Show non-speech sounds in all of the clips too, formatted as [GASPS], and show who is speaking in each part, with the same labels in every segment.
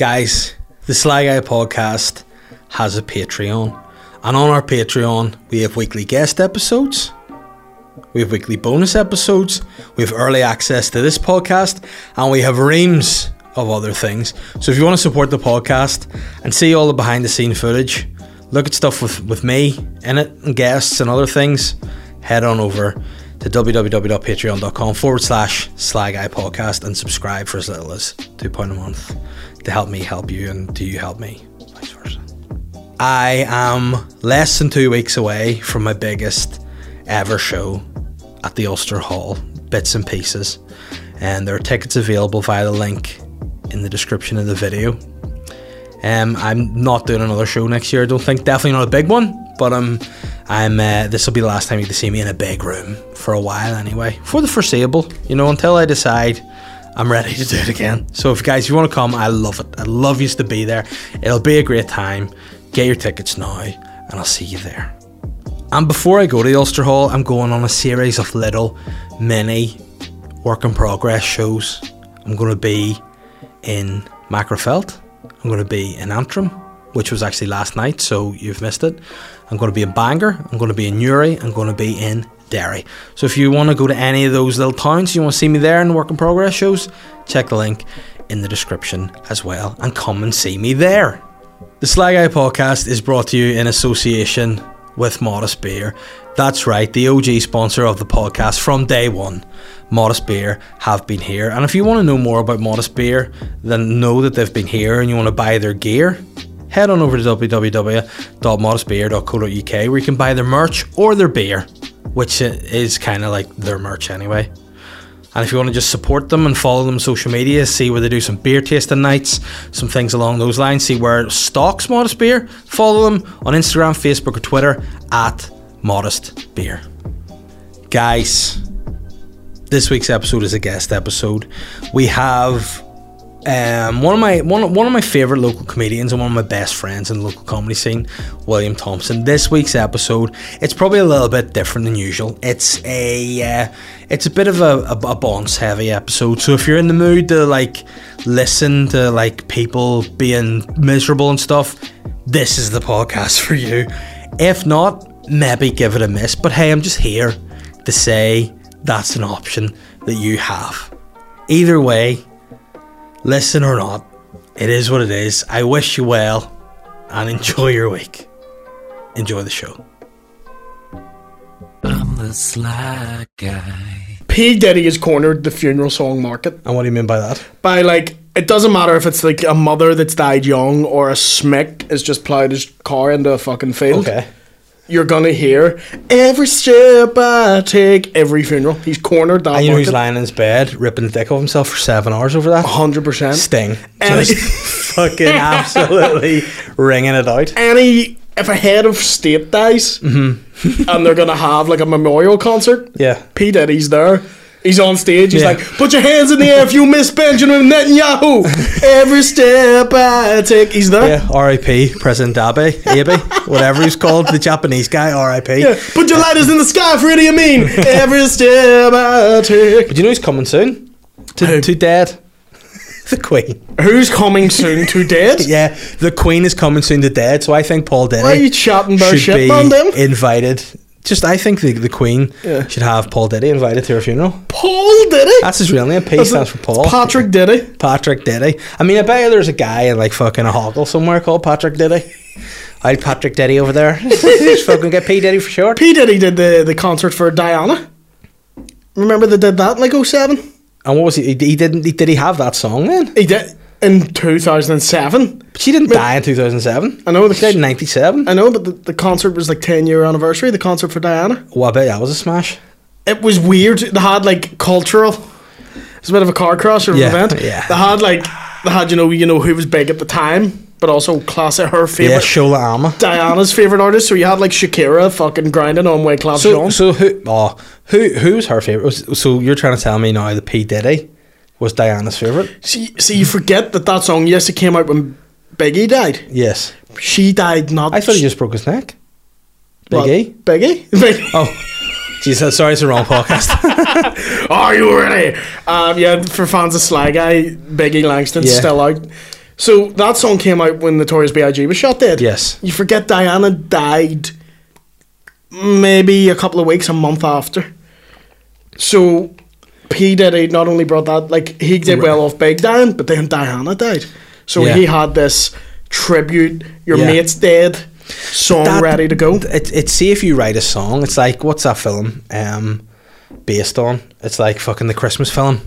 Speaker 1: guys, the Sly Guy podcast has a Patreon. And on our Patreon, we have weekly guest episodes, we have weekly bonus episodes, we have early access to this podcast, and we have reams of other things. So if you want to support the podcast and see all the behind the scene footage, look at stuff with, with me in it and guests and other things, head on over to www.patreon.com forward slash Sly Guy Podcast and subscribe for as little as £2 a month to help me help you and do you help me, vice versa. I am less than two weeks away from my biggest ever show at the Ulster Hall, Bits and Pieces, and there are tickets available via the link in the description of the video. Um, I'm not doing another show next year. I don't think. Definitely not a big one. But um, I'm. Uh, this will be the last time you get to see me in a big room for a while, anyway, for the foreseeable. You know, until I decide I'm ready to do it again. So if you guys, if you want to come, I love it. I love you to be there. It'll be a great time. Get your tickets now, and I'll see you there. And before I go to the Ulster Hall, I'm going on a series of little mini work in progress shows. I'm going to be in Macrofelt. I'm going to be in Antrim, which was actually last night, so you've missed it. I'm going to be in Bangor. I'm going to be in Newry. I'm going to be in Derry. So if you want to go to any of those little towns, you want to see me there in the work in progress shows, check the link in the description as well and come and see me there. The Slag Eye podcast is brought to you in association with Modest Beer. That's right, the OG sponsor of the podcast from day one. Modest Beer have been here. And if you want to know more about Modest Beer, then know that they've been here and you want to buy their gear, head on over to www.modestbeer.co.uk where you can buy their merch or their beer, which i- is kind of like their merch anyway. And if you want to just support them and follow them on social media, see where they do some beer tasting nights, some things along those lines, see where stocks Modest Beer, follow them on Instagram, Facebook, or Twitter at Modest Beer. Guys, this week's episode is a guest episode. We have um, one of my one, one of my favorite local comedians and one of my best friends in the local comedy scene, William Thompson. This week's episode, it's probably a little bit different than usual. It's a uh, it's a bit of a, a, a bonds heavy episode. So if you're in the mood to like listen to like people being miserable and stuff, this is the podcast for you. If not, maybe give it a miss. But hey, I'm just here to say that's an option that you have. Either way, listen or not, it is what it is. I wish you well and enjoy your week. Enjoy the show.
Speaker 2: I'm the sly guy.
Speaker 3: P. Diddy has cornered the funeral song market
Speaker 1: And what do you mean by that?
Speaker 3: by like it doesn't matter if it's like a mother that's died young or a smick has just plowed his car into a fucking field. You're gonna hear every step I take every funeral. He's cornered that
Speaker 1: And you know he's
Speaker 3: market.
Speaker 1: lying in his bed, ripping the dick off himself for seven hours over that?
Speaker 3: Hundred percent.
Speaker 1: Sting.
Speaker 3: And-
Speaker 1: Just [LAUGHS] fucking absolutely ringing it out.
Speaker 3: Any if a head of state dies
Speaker 1: [LAUGHS]
Speaker 3: and they're gonna have like a memorial concert,
Speaker 1: Mm-hmm. Yeah.
Speaker 3: P. Diddy's there. He's on stage. He's
Speaker 1: Yeah.
Speaker 3: like, "Put your hands in the air if you miss Benjamin
Speaker 1: [LAUGHS]
Speaker 3: Netanyahu." Every step I take, he's there.
Speaker 1: Yeah, R.I.P. President Abe, Abe, whatever he's called, the Japanese guy, R.I.P.
Speaker 3: Yeah, put your lighters in the sky for Idi Amin. Every step I take.
Speaker 1: But you know he's coming soon? To,
Speaker 3: Who?
Speaker 1: to dead. [LAUGHS] the Queen.
Speaker 3: Who's coming soon to
Speaker 1: [LAUGHS]
Speaker 3: dead?
Speaker 1: Yeah, the Queen is coming soon to dead, so I think Paul Diddy
Speaker 3: Why are you chatting about
Speaker 1: should
Speaker 3: shit,
Speaker 1: be
Speaker 3: man? Them?
Speaker 1: invited. Just, I think the, the Queen
Speaker 3: Yeah.
Speaker 1: should have Paul Diddy invited to her funeral.
Speaker 3: Paul Diddy.
Speaker 1: That's his real name. P
Speaker 3: That's it.
Speaker 1: stands for Paul.
Speaker 3: It's Patrick Diddy.
Speaker 1: Patrick Diddy. I mean, I bet you there's a guy in like fucking a hoggle somewhere called Patrick Diddy. I Patrick Diddy over
Speaker 3: [LAUGHS]
Speaker 1: there. Just fucking get P Diddy for short.
Speaker 3: P Diddy did the, the concert for Diana. Remember they did that in like 07?
Speaker 1: And what was he? He didn't. He, did he have that song then?
Speaker 3: He did in 2007.
Speaker 1: But she didn't die in 2007.
Speaker 3: I know the-
Speaker 1: She died in 97.
Speaker 3: I know, but the, the concert was like 10 year anniversary, the concert for Diana.
Speaker 1: Well, I bet that was a smash.
Speaker 3: it was weird. They had like cultural. It's a bit of a car crash or an
Speaker 1: Yeah,
Speaker 3: event.
Speaker 1: yeah.
Speaker 3: They had like they had you know you know who was big at the time, but also classic her favorite.
Speaker 1: Yeah, Shola Ama.
Speaker 3: Diana's favorite artist, so you had like Shakira fucking grinding on Way Clap
Speaker 1: So,
Speaker 3: Sean.
Speaker 1: so who? Oh, who? Who was her favorite? So you're trying to tell me now the P Diddy was Diana's favorite?
Speaker 3: See, see, you forget that that song. Yes, it came out when Biggie died.
Speaker 1: Yes.
Speaker 3: She died not.
Speaker 1: I thought he just broke his neck. Big
Speaker 3: What?
Speaker 1: E.
Speaker 3: Biggie. [LAUGHS] Biggie.
Speaker 1: Oh, Jesus. Sorry, it's the wrong
Speaker 3: [LAUGHS]
Speaker 1: podcast.
Speaker 3: Are you ready? Um, yeah, for fans of Sly Guy, Biggie Langston's
Speaker 1: Yeah.
Speaker 3: still out. So that song came out when Notorious B.I.G. was shot dead.
Speaker 1: Yes.
Speaker 3: You forget Diana died maybe a couple of weeks, a month after. So P. Diddy not only brought that, like, he did
Speaker 1: Right.
Speaker 3: well off Big Diane, but then Diana died. So
Speaker 1: Yeah.
Speaker 3: he had this tribute, your
Speaker 1: Yeah.
Speaker 3: mate's dead, song
Speaker 1: That-
Speaker 3: ready to go.
Speaker 1: It, it's see if you write a song. It's like what's that film um, based on? It's like fucking the Christmas film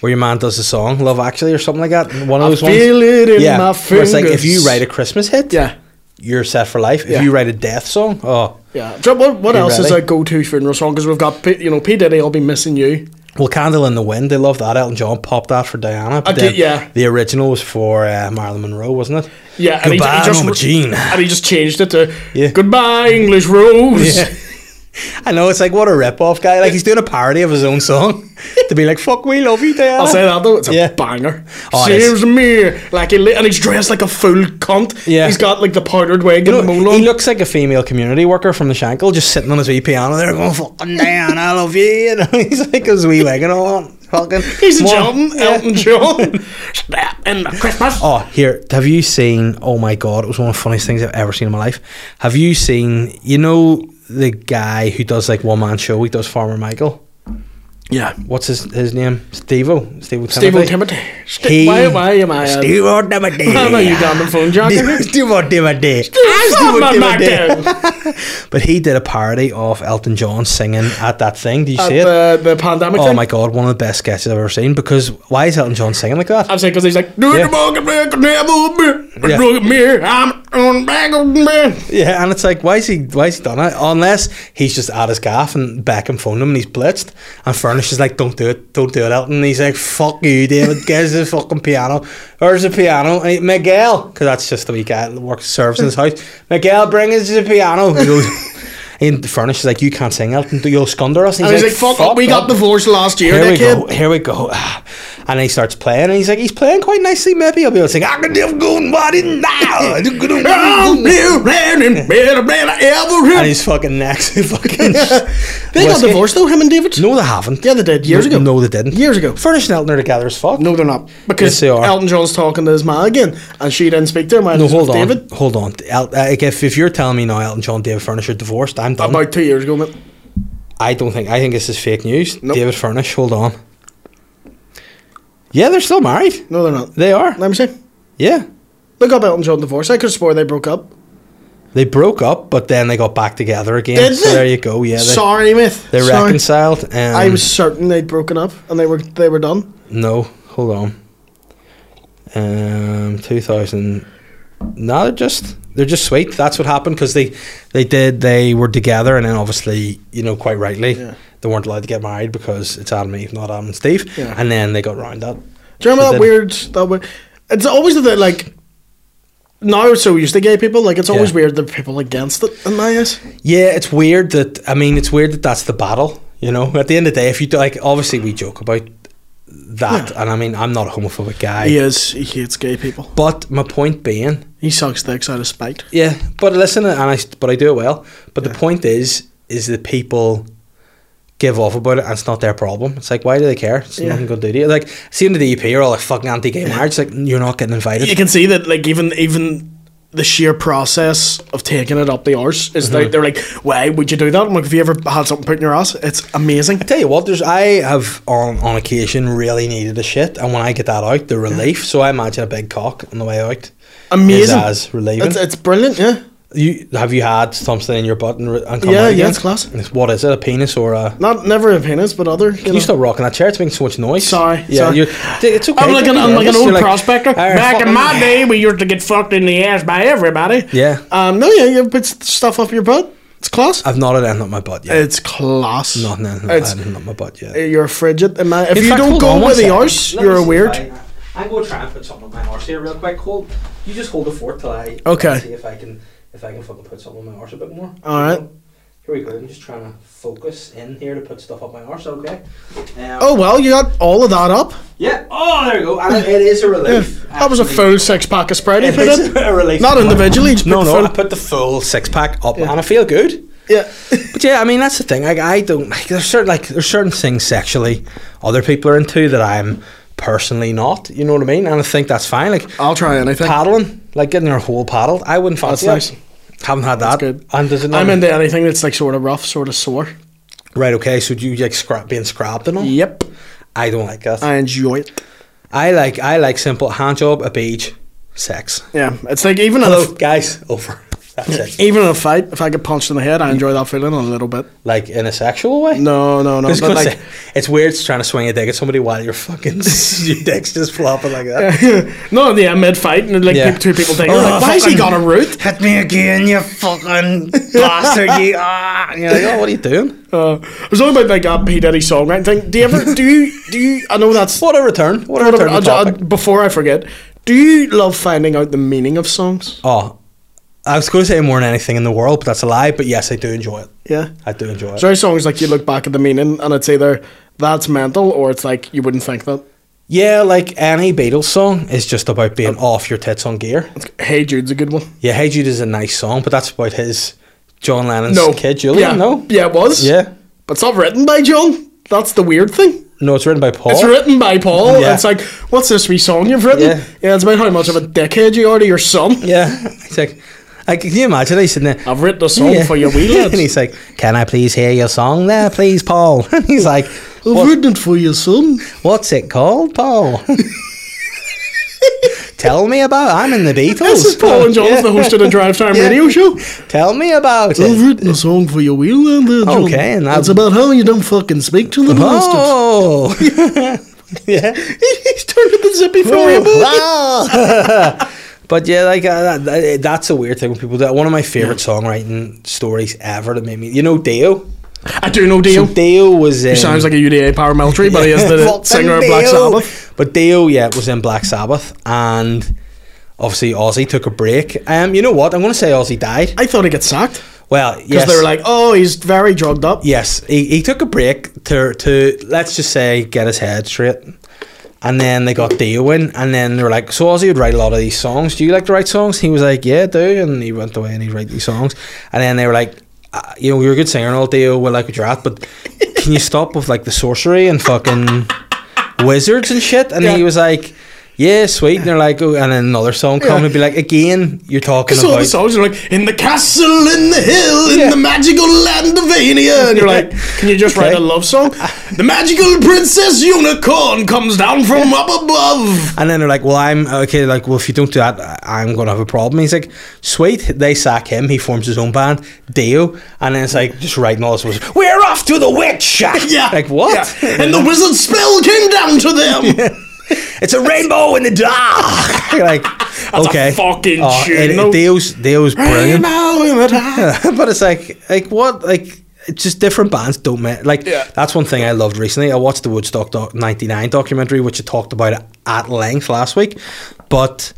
Speaker 1: where your man does a song, Love Actually, or something like that. One of
Speaker 3: I
Speaker 1: those
Speaker 3: feel
Speaker 1: ones.
Speaker 3: it in
Speaker 1: yeah,
Speaker 3: my
Speaker 1: where it's like if you
Speaker 3: fingers.
Speaker 1: write a Christmas hit,
Speaker 3: yeah.
Speaker 1: you're set for life. If
Speaker 3: Yeah.
Speaker 1: you write a death song, oh,
Speaker 3: Yeah. Do you know What, what
Speaker 1: You
Speaker 3: else is
Speaker 1: ready?
Speaker 3: a go-to funeral song? Because we've got, P, you know, P Diddy. I'll be missing you.
Speaker 1: well, Candle in the Wind, they love that. Elton John popped that for Diana.
Speaker 3: I did- yeah.
Speaker 1: The original was for uh, Marilyn Monroe, wasn't it?
Speaker 3: Yeah. And
Speaker 1: Goodbye,
Speaker 3: he, he just,
Speaker 1: Norma Jean.
Speaker 3: And he just changed it to
Speaker 1: Yeah.
Speaker 3: "Goodbye, English Rose."
Speaker 1: Yeah. I know it's like what a rip off guy. Like he's doing a parody of his own song [LAUGHS] to be like, "Fuck, we love you, Diana."
Speaker 3: I'll say that though. It's a
Speaker 1: Yeah.
Speaker 3: banger.
Speaker 1: Oh, it
Speaker 3: Seems to me like he li- and he's dressed like a full cunt.
Speaker 1: Yeah.
Speaker 3: He's got like the powdered wig
Speaker 1: You
Speaker 3: and
Speaker 1: know,
Speaker 3: the mole.
Speaker 1: he looks like a female community worker from the Shankle, just sitting on his wee piano there, going "Fucking Diana, I love you." you know, [LAUGHS] he's like his wee wig and all. Fucking,
Speaker 3: he's
Speaker 1: Well,
Speaker 3: John
Speaker 1: yeah. [LAUGHS]
Speaker 3: Elton John. Snap in the Christmas.
Speaker 1: Oh, here, have you seen? Oh my god, it was one of the funniest things I've ever seen in my life. Have you seen? You know the guy who does like one man show. He does Farmer Michael.
Speaker 3: Yeah.
Speaker 1: What's his his name? Stevo. Stevo.
Speaker 3: Steve
Speaker 1: Timothy.
Speaker 3: Timothy. Ste-
Speaker 1: He-
Speaker 3: why, why am I? Uh,
Speaker 1: Stevo Timothy.
Speaker 3: why am [LAUGHS] I Ugandan phone
Speaker 1: [LAUGHS]
Speaker 3: jocker?
Speaker 1: Stevo
Speaker 3: [LAUGHS]
Speaker 1: Timothy.
Speaker 3: Steve
Speaker 1: Stevo
Speaker 3: Timothy.
Speaker 1: [LAUGHS] But he did a parody of Elton John singing at that thing. Do you
Speaker 3: At
Speaker 1: see it?
Speaker 3: the, the pandemic
Speaker 1: Oh
Speaker 3: thing.
Speaker 1: my god, one of the best sketches I've ever seen. Because why is Elton John singing like that?
Speaker 3: I'm saying because he's like, do
Speaker 1: Yeah.
Speaker 3: the market man can never be.
Speaker 1: Yeah.
Speaker 3: Look at me, I'm on back of man.
Speaker 1: yeah, and it's like why is he why is he done it? Unless he's just at his gaff and Beckham phoned him and he's blitzed. And Furnish is like, Don't do it, don't do it, Elton. And he's like, Fuck you, David, get the fucking piano. Where's the piano? And he, Miguel, because that's just the way guy that works serves in his house. Miguel, bring us the piano. He goes [LAUGHS] And Furnish is like, You can't sing Elton, you'll scunder us.
Speaker 3: And he's like, fuck, we got
Speaker 1: the.
Speaker 3: divorced last year,
Speaker 1: Here we
Speaker 3: dickhead.
Speaker 1: go. Here we go. [SIGHS] And he starts playing, and he's like, he's playing quite nicely. Maybe I'll be able to sing. I can do good, what is
Speaker 3: [LAUGHS]
Speaker 1: now? I do good,
Speaker 3: [LAUGHS] I'm
Speaker 1: what is now."
Speaker 3: new, ran and better than I ever
Speaker 1: [LAUGHS] And
Speaker 3: had.
Speaker 1: he's fucking next. to fucking.
Speaker 3: [LAUGHS] They got
Speaker 1: whiskey.
Speaker 3: divorced though, him and David.
Speaker 1: No, they haven't.
Speaker 3: Yeah, they did, years
Speaker 1: no,
Speaker 3: ago.
Speaker 1: No, they didn't.
Speaker 3: Years ago.
Speaker 1: Furnish and Elton are together as fuck.
Speaker 3: No, they're not. Because
Speaker 1: Yes, they are.
Speaker 3: Elton John's talking to his man again, and she didn't speak to him.
Speaker 1: No, hold on.
Speaker 3: David
Speaker 1: Hold on. El- uh, like, if, if you're telling me now Elton John and David Furnish are divorced, I'm done.
Speaker 3: about two years ago, man.
Speaker 1: I don't think. I think this is fake news.
Speaker 3: Nope.
Speaker 1: David Furnish, hold on. Yeah, they're still married.
Speaker 3: No, they're not.
Speaker 1: They are.
Speaker 3: Let me see.
Speaker 1: Yeah.
Speaker 3: Look up Elton John divorce. I could swear they broke up.
Speaker 1: They broke up, but then they got back together again.
Speaker 3: Did
Speaker 1: so
Speaker 3: they?
Speaker 1: there you go. Yeah, they,
Speaker 3: Sorry, myth.
Speaker 1: they
Speaker 3: Sorry.
Speaker 1: reconciled. Um,
Speaker 3: I was certain they'd broken up and they were they were done.
Speaker 1: no. Hold on. Um, two thousand. No, they're just they're just sweet. That's what happened because they they did they were together and then obviously you know quite rightly
Speaker 3: Yeah.
Speaker 1: they weren't allowed to get married because it's Adam and Eve, not Adam and Steve.
Speaker 3: Yeah.
Speaker 1: And then they got round up.
Speaker 3: Do you
Speaker 1: But
Speaker 3: remember
Speaker 1: then-
Speaker 3: that weird that weird, It's always the thing, like now we're so used to gay people. Like it's always
Speaker 1: Yeah.
Speaker 3: weird that people against it in my eyes.
Speaker 1: Yeah, it's weird that I mean, it's weird that that's the battle. You know, at the end of the day, if you do, like, obviously we joke about that, and I mean, I'm not a homophobic guy.
Speaker 3: He is. He hates gay people.
Speaker 1: But my point being,
Speaker 3: He sucks dicks out of spite.
Speaker 1: yeah. But listen, and I but I do it well. But the point is, is that people give off about it, and it's not their problem. It's like, why do they care? It's
Speaker 3: Yeah.
Speaker 1: nothing good to do. Like, seeing the DP are all like fucking anti-gay marriage. Like, you're not getting invited.
Speaker 3: You can see that, like even even the sheer process of taking it up the arse is
Speaker 1: Mm-hmm.
Speaker 3: like they're like, why would you do that? I'm like, have you ever had something put in your ass? It's amazing.
Speaker 1: tell you what, there's I have on on occasion really needed a shit, and when I get that out, the relief. So I imagine a big cock on the way out. Is
Speaker 3: Amazing.
Speaker 1: as relieving.
Speaker 3: It's, it's brilliant. Yeah.
Speaker 1: You have you had something in your butt and, re- and come
Speaker 3: Yeah,
Speaker 1: out
Speaker 3: yeah,
Speaker 1: again?
Speaker 3: it's class.
Speaker 1: What is it? A penis or a?
Speaker 3: Not never a penis, but other. You
Speaker 1: Can
Speaker 3: know.
Speaker 1: you stop rocking that chair? It's making so much noise.
Speaker 3: Sorry,
Speaker 1: Yeah,
Speaker 3: sorry.
Speaker 1: You're, it's okay.
Speaker 3: I'm like an,
Speaker 1: don't
Speaker 3: I'm
Speaker 1: be
Speaker 3: like an
Speaker 1: nervous.
Speaker 3: old
Speaker 1: You're
Speaker 3: prospector.
Speaker 1: "Arr,
Speaker 3: Back in
Speaker 1: fucking- [LAUGHS]
Speaker 3: my day, we used to get fucked in the ass by everybody.
Speaker 1: Yeah. Uh,
Speaker 3: Um. No. Yeah. You put s- stuff up your butt. It's class.
Speaker 1: I've not had anything up my butt yet.
Speaker 3: It's class.
Speaker 1: Nothing, nothing,
Speaker 3: it's-
Speaker 1: nothing up my butt yet.
Speaker 3: You're frigid. And my, if
Speaker 1: In
Speaker 3: you
Speaker 1: fact,
Speaker 3: don't
Speaker 1: hold on
Speaker 3: go
Speaker 1: one
Speaker 3: with the
Speaker 1: second.
Speaker 3: arse,
Speaker 1: Let me
Speaker 3: you're a
Speaker 1: see if
Speaker 3: weird.
Speaker 1: I- I'm going to try and put something on my arse here real quick. Hold. You just hold the fort till I
Speaker 3: Okay.
Speaker 1: see if I can if I can fucking put something on my arse a bit more.
Speaker 3: All right.
Speaker 1: Here we go. I'm just trying to focus in here to put stuff up my arse. Okay. Um,
Speaker 3: Oh well, you got all of that up.
Speaker 1: Yeah. Oh, there we go. And it- it is a relief.
Speaker 3: That was a
Speaker 1: actually.
Speaker 3: full six pack of Sprite. you
Speaker 1: It
Speaker 3: put
Speaker 1: is [LAUGHS]
Speaker 3: in.
Speaker 1: a relief.
Speaker 3: Not individually. Just
Speaker 1: No,
Speaker 3: put
Speaker 1: no. I
Speaker 3: the full-
Speaker 1: put the full six pack up,
Speaker 3: Yeah.
Speaker 1: and I feel good.
Speaker 3: yeah.
Speaker 1: But yeah, I mean that's the thing. Like I don't. Like, there's certain like there's certain things sexually other people are into that I'm personally not. You know what I mean? And I think that's fine. Like
Speaker 3: I'll try anything.
Speaker 1: paddling, like getting your whole paddled, I wouldn't fancy
Speaker 3: That's
Speaker 1: it. Haven't had that.
Speaker 3: good.
Speaker 1: And does it not?
Speaker 3: I'm into anything that's like sort of rough, sort of sore.
Speaker 1: right. Okay. So do you like scrap being scrapped and all?
Speaker 3: Yep.
Speaker 1: I don't like that. I,
Speaker 3: I enjoy it.
Speaker 1: like I like simple hand job, a beach, sex.
Speaker 3: Yeah, it's like even in a,
Speaker 1: Hello, guys. Over.
Speaker 3: [LAUGHS]
Speaker 1: That's it.
Speaker 3: even in a fight, if I get punched in the head, I enjoy that feeling a little bit.
Speaker 1: Like in a sexual way.
Speaker 3: No, no, no.
Speaker 1: I was
Speaker 3: But
Speaker 1: gonna
Speaker 3: like,
Speaker 1: say, it's weird trying to swing a dick at somebody while your fucking [LAUGHS] your dick's just flopping like that.
Speaker 3: [LAUGHS] no, yeah, mid fight, and like
Speaker 1: Yeah.
Speaker 3: peop- two people think,
Speaker 1: Oh,
Speaker 3: like, why has
Speaker 1: fucking-
Speaker 3: he got a root?
Speaker 1: Hit me again, you fucking bastard! You ah! And you're like, oh, what are you doing?
Speaker 3: Uh, it was all about like that P Diddy songwriting thing. Do you ever do you do you? I know that's
Speaker 1: What a return! What a return!
Speaker 3: I'll
Speaker 1: to
Speaker 3: ju- I'll-
Speaker 1: topic.
Speaker 3: before I forget, do you love finding out the meaning of songs?
Speaker 1: oh, I was going to say more than anything in the world, but that's a lie. But yes, I do enjoy it.
Speaker 3: Yeah.
Speaker 1: I do enjoy it.
Speaker 3: So there are songs like you look back at the meaning and it's either that's mental or it's like you wouldn't think that.
Speaker 1: Yeah, like any Beatles song is just about being
Speaker 3: Oh.
Speaker 1: off your tits on gear.
Speaker 3: Hey Jude's a good one.
Speaker 1: Yeah, Hey Jude is a nice song, but that's about his John Lennon's
Speaker 3: No.
Speaker 1: kid Julian.
Speaker 3: Yeah.
Speaker 1: No,
Speaker 3: Yeah, it was.
Speaker 1: yeah,
Speaker 3: But it's not written by John. That's the weird thing.
Speaker 1: no, it's written by Paul.
Speaker 3: It's written by Paul.
Speaker 1: Yeah.
Speaker 3: It's like, what's this wee song you've written?
Speaker 1: Yeah.
Speaker 3: Yeah. it's about how much of a dickhead you are to your son.
Speaker 1: Yeah, [LAUGHS] it's like, like can you imagine? He's sitting there.
Speaker 3: I've written a song
Speaker 1: Yeah.
Speaker 3: for your wee
Speaker 1: [LAUGHS]
Speaker 3: lads.
Speaker 1: and he's like, "Can I please hear your song there, please, Paul?" [LAUGHS] And he's like,
Speaker 3: I've
Speaker 1: "What-
Speaker 3: written it for your son.
Speaker 1: "What's it called, Paul?" [LAUGHS] Tell me about. I'm in the Beatles.
Speaker 3: This is Paul
Speaker 1: [LAUGHS]
Speaker 3: and John's, the host of the Drive Time Radio Show.
Speaker 1: Tell me about
Speaker 3: I've
Speaker 1: it.
Speaker 3: written a song for your wee lad there, John.
Speaker 1: Okay, and
Speaker 3: It's
Speaker 1: I've-
Speaker 3: about how you don't fucking speak to the bastards.
Speaker 1: Oh, [LAUGHS] yeah.
Speaker 3: He's turned into Zippy from
Speaker 1: Oh.
Speaker 3: Rambo.
Speaker 1: Wow. [LAUGHS] But yeah, like uh, that- that, that's a weird thing when people do. that. One of my favorite songwriting stories ever that made me, you know, Dio.
Speaker 3: I do know Dio.
Speaker 1: So Dio was. Um,
Speaker 3: He sounds like a UDA paramilitary, but he is
Speaker 1: [LAUGHS]
Speaker 3: [LAUGHS] the
Speaker 1: Fucking
Speaker 3: singer of Black
Speaker 1: Dio.
Speaker 3: Sabbath.
Speaker 1: But Dio, yeah, was in Black Sabbath, and obviously Ozzy took a break. Um, you know what? I'm going to say Ozzy died.
Speaker 3: I thought he got sacked
Speaker 1: Well,
Speaker 3: because
Speaker 1: yes,
Speaker 3: they were like, "Oh, he's very drugged up."
Speaker 1: yes, he, he took a break to to let's just say get his head straight. And then they got Dio in, and then they were like, "So Ozzy would write a lot of these songs. Do you like to write songs?" He was like, "Yeah, I do." And he went away and he'd write these songs. And then they were like, uh, "You know, you're a good singer and all, Dio. We like what you're at, but can you stop with like the sorcery and fucking wizards and shit?" And he
Speaker 3: Yeah.
Speaker 1: was like, "Yeah, sweet." And they're like, oh, and then another song come
Speaker 3: Yeah.
Speaker 1: and be like, "Again, you're talking
Speaker 3: So all
Speaker 1: about
Speaker 3: the songs are like, "In the castle, in the hill, in
Speaker 1: Yeah.
Speaker 3: the magical land of Vania," and you're
Speaker 1: [LAUGHS]
Speaker 3: like, "Can you just write a
Speaker 1: Okay.
Speaker 3: love
Speaker 1: [LAUGHS]
Speaker 3: song?" the magical princess unicorn comes down from up above.
Speaker 1: And then they're like, "Well, I'm okay. Like, well, if you don't do that, I- I'm gonna have a problem." He's like, "Sweet." They sack him. He forms his own band, Dio, and then it's like just writing all this. [LAUGHS] Was, We're off to the witch shack.
Speaker 3: [LAUGHS] Yeah,
Speaker 1: [LAUGHS] Like what?
Speaker 3: Yeah. And the wizard spell came down to
Speaker 1: [LAUGHS]
Speaker 3: them.
Speaker 1: It's a rainbow in the dark. You're like,
Speaker 3: a
Speaker 1: okay, Oh,
Speaker 3: fucking tune,
Speaker 1: it- it-
Speaker 3: though.
Speaker 1: Dio's Dio's brilliant,
Speaker 3: Rainbow in the
Speaker 1: [LAUGHS]
Speaker 3: dark.
Speaker 1: but it's like, like what, like. It's just different bands don't met. Like
Speaker 3: Yeah.
Speaker 1: that's one thing I loved recently. I watched the Woodstock doc- '99 documentary, which I talked about it at length last week. But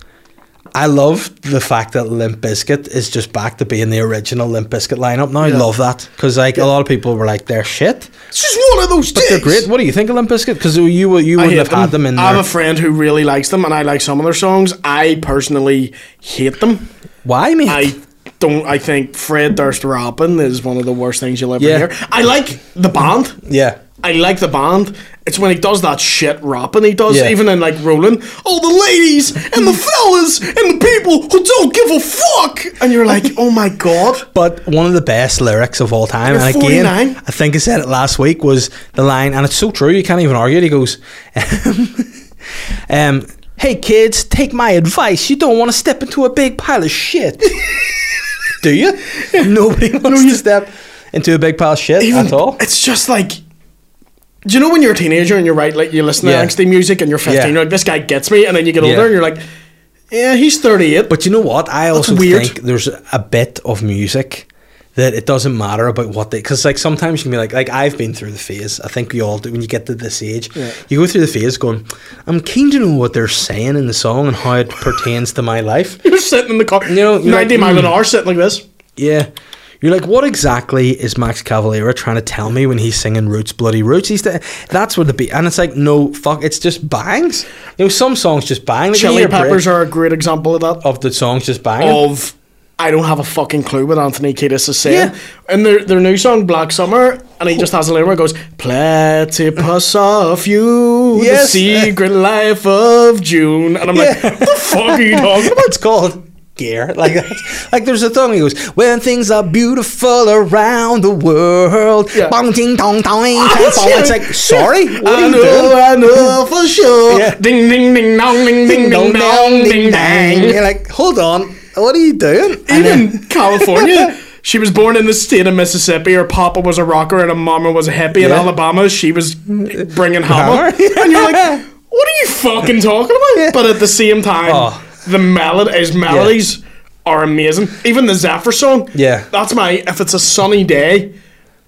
Speaker 1: I love the fact that Limp Bizkit is just back to being the original Limp Bizkit lineup. Now I
Speaker 3: Yeah.
Speaker 1: love that because like a lot of people were like they're shit,
Speaker 3: It's just one of those
Speaker 1: but they're
Speaker 3: days.
Speaker 1: great. What do you think of Limp Bizkit? Because you you wouldn't
Speaker 3: I hate
Speaker 1: have had them in.
Speaker 3: I
Speaker 1: there.
Speaker 3: have a friend who really likes them, and I like some of their songs. I personally hate them.
Speaker 1: Why me?
Speaker 3: I don't. I think Fred Durst rapping is one of the worst things you'll ever
Speaker 1: Yeah.
Speaker 3: hear. I like the band.
Speaker 1: yeah.
Speaker 3: I like the band. It's when he does that shit rapping he does,
Speaker 1: Yeah.
Speaker 3: even in like rolling. All the ladies and the fellas and the people who don't give a fuck, and you're like, oh my god.
Speaker 1: But one of the best lyrics of all time,
Speaker 3: You're
Speaker 1: and again,
Speaker 3: 49.
Speaker 1: I think I said it last week, was the line, and it's so true, you can't even argue it. He goes, [LAUGHS] um, Hey kids, take my advice. You don't want to step into a big pile of shit. Do you? Nobody wants to step into a big pile of shit at all.
Speaker 3: It's just like. Do you know when you're a teenager and you're right, like you listen to
Speaker 1: Yeah.
Speaker 3: angsty music and you're 15,
Speaker 1: Yeah.
Speaker 3: you're like, this guy gets me, and then you get older
Speaker 1: Yeah.
Speaker 3: and you're like, yeah, he's 38. But [LAUGHS]
Speaker 1: But you know what? I also
Speaker 3: weird.
Speaker 1: think there's a bit of music that it doesn't matter about what they because like sometimes you can be like like I've been through the phase. I think we all do when you get to this age. You go through the phase going, I'm keen to know what they're saying in the song and how it [LAUGHS] pertains to my life.
Speaker 3: you're sitting in the car,
Speaker 1: know, you're
Speaker 3: 90
Speaker 1: like,
Speaker 3: mile an
Speaker 1: "Hmm."
Speaker 3: hour, sitting like this.
Speaker 1: Yeah. You're like, what exactly is Max Cavalera trying to tell me when he's singing Roots, Bloody Roots? He's the, that's what the beat, and it's like, no, fuck, it's just bangs. You know, some songs just bang. Like, you
Speaker 3: Chili Oh,
Speaker 1: hear Brit-
Speaker 3: Peppers are a great example of that.
Speaker 1: of the songs just bang.
Speaker 3: Of I don't have a fucking clue what Anthony Kiedis is saying.
Speaker 1: Yeah.
Speaker 3: And their their new song Black Summer, and he just has a line where it goes Platypus of you,
Speaker 1: Yes.
Speaker 3: the secret life of June, and I'm like, what the fuck are you [LAUGHS] talking
Speaker 1: [LAUGHS]
Speaker 3: about?
Speaker 1: What's called gear like that. Like there's a song he goes, "When things are beautiful around the world."
Speaker 3: Yeah.
Speaker 1: Bong ting dong dong.
Speaker 3: that's
Speaker 1: dong. It's
Speaker 3: [LAUGHS] right.
Speaker 1: like, sorry, what are
Speaker 3: I
Speaker 1: you
Speaker 3: know,
Speaker 1: doing?
Speaker 3: I
Speaker 1: [LAUGHS]
Speaker 3: know for sure.
Speaker 1: Yeah.
Speaker 3: Ding ding ding dong, ding ding dong, dong, ding dang.
Speaker 1: You're like, hold on, what are you doing? And uh, then- [LAUGHS]
Speaker 3: Even California. She was born in the state of Mississippi. Her papa was a rocker and her mama was a hippie. In
Speaker 1: Yeah.
Speaker 3: Alabama, she was bringing hammer.
Speaker 1: Hammer?
Speaker 3: and
Speaker 1: [LAUGHS]
Speaker 3: you're like, what are you fucking talking about? But at the same time,
Speaker 1: Oh.
Speaker 3: the melody, his melodies are amazing. Even the Zephyr song.
Speaker 1: Yeah.
Speaker 3: That's my, if it's a sunny day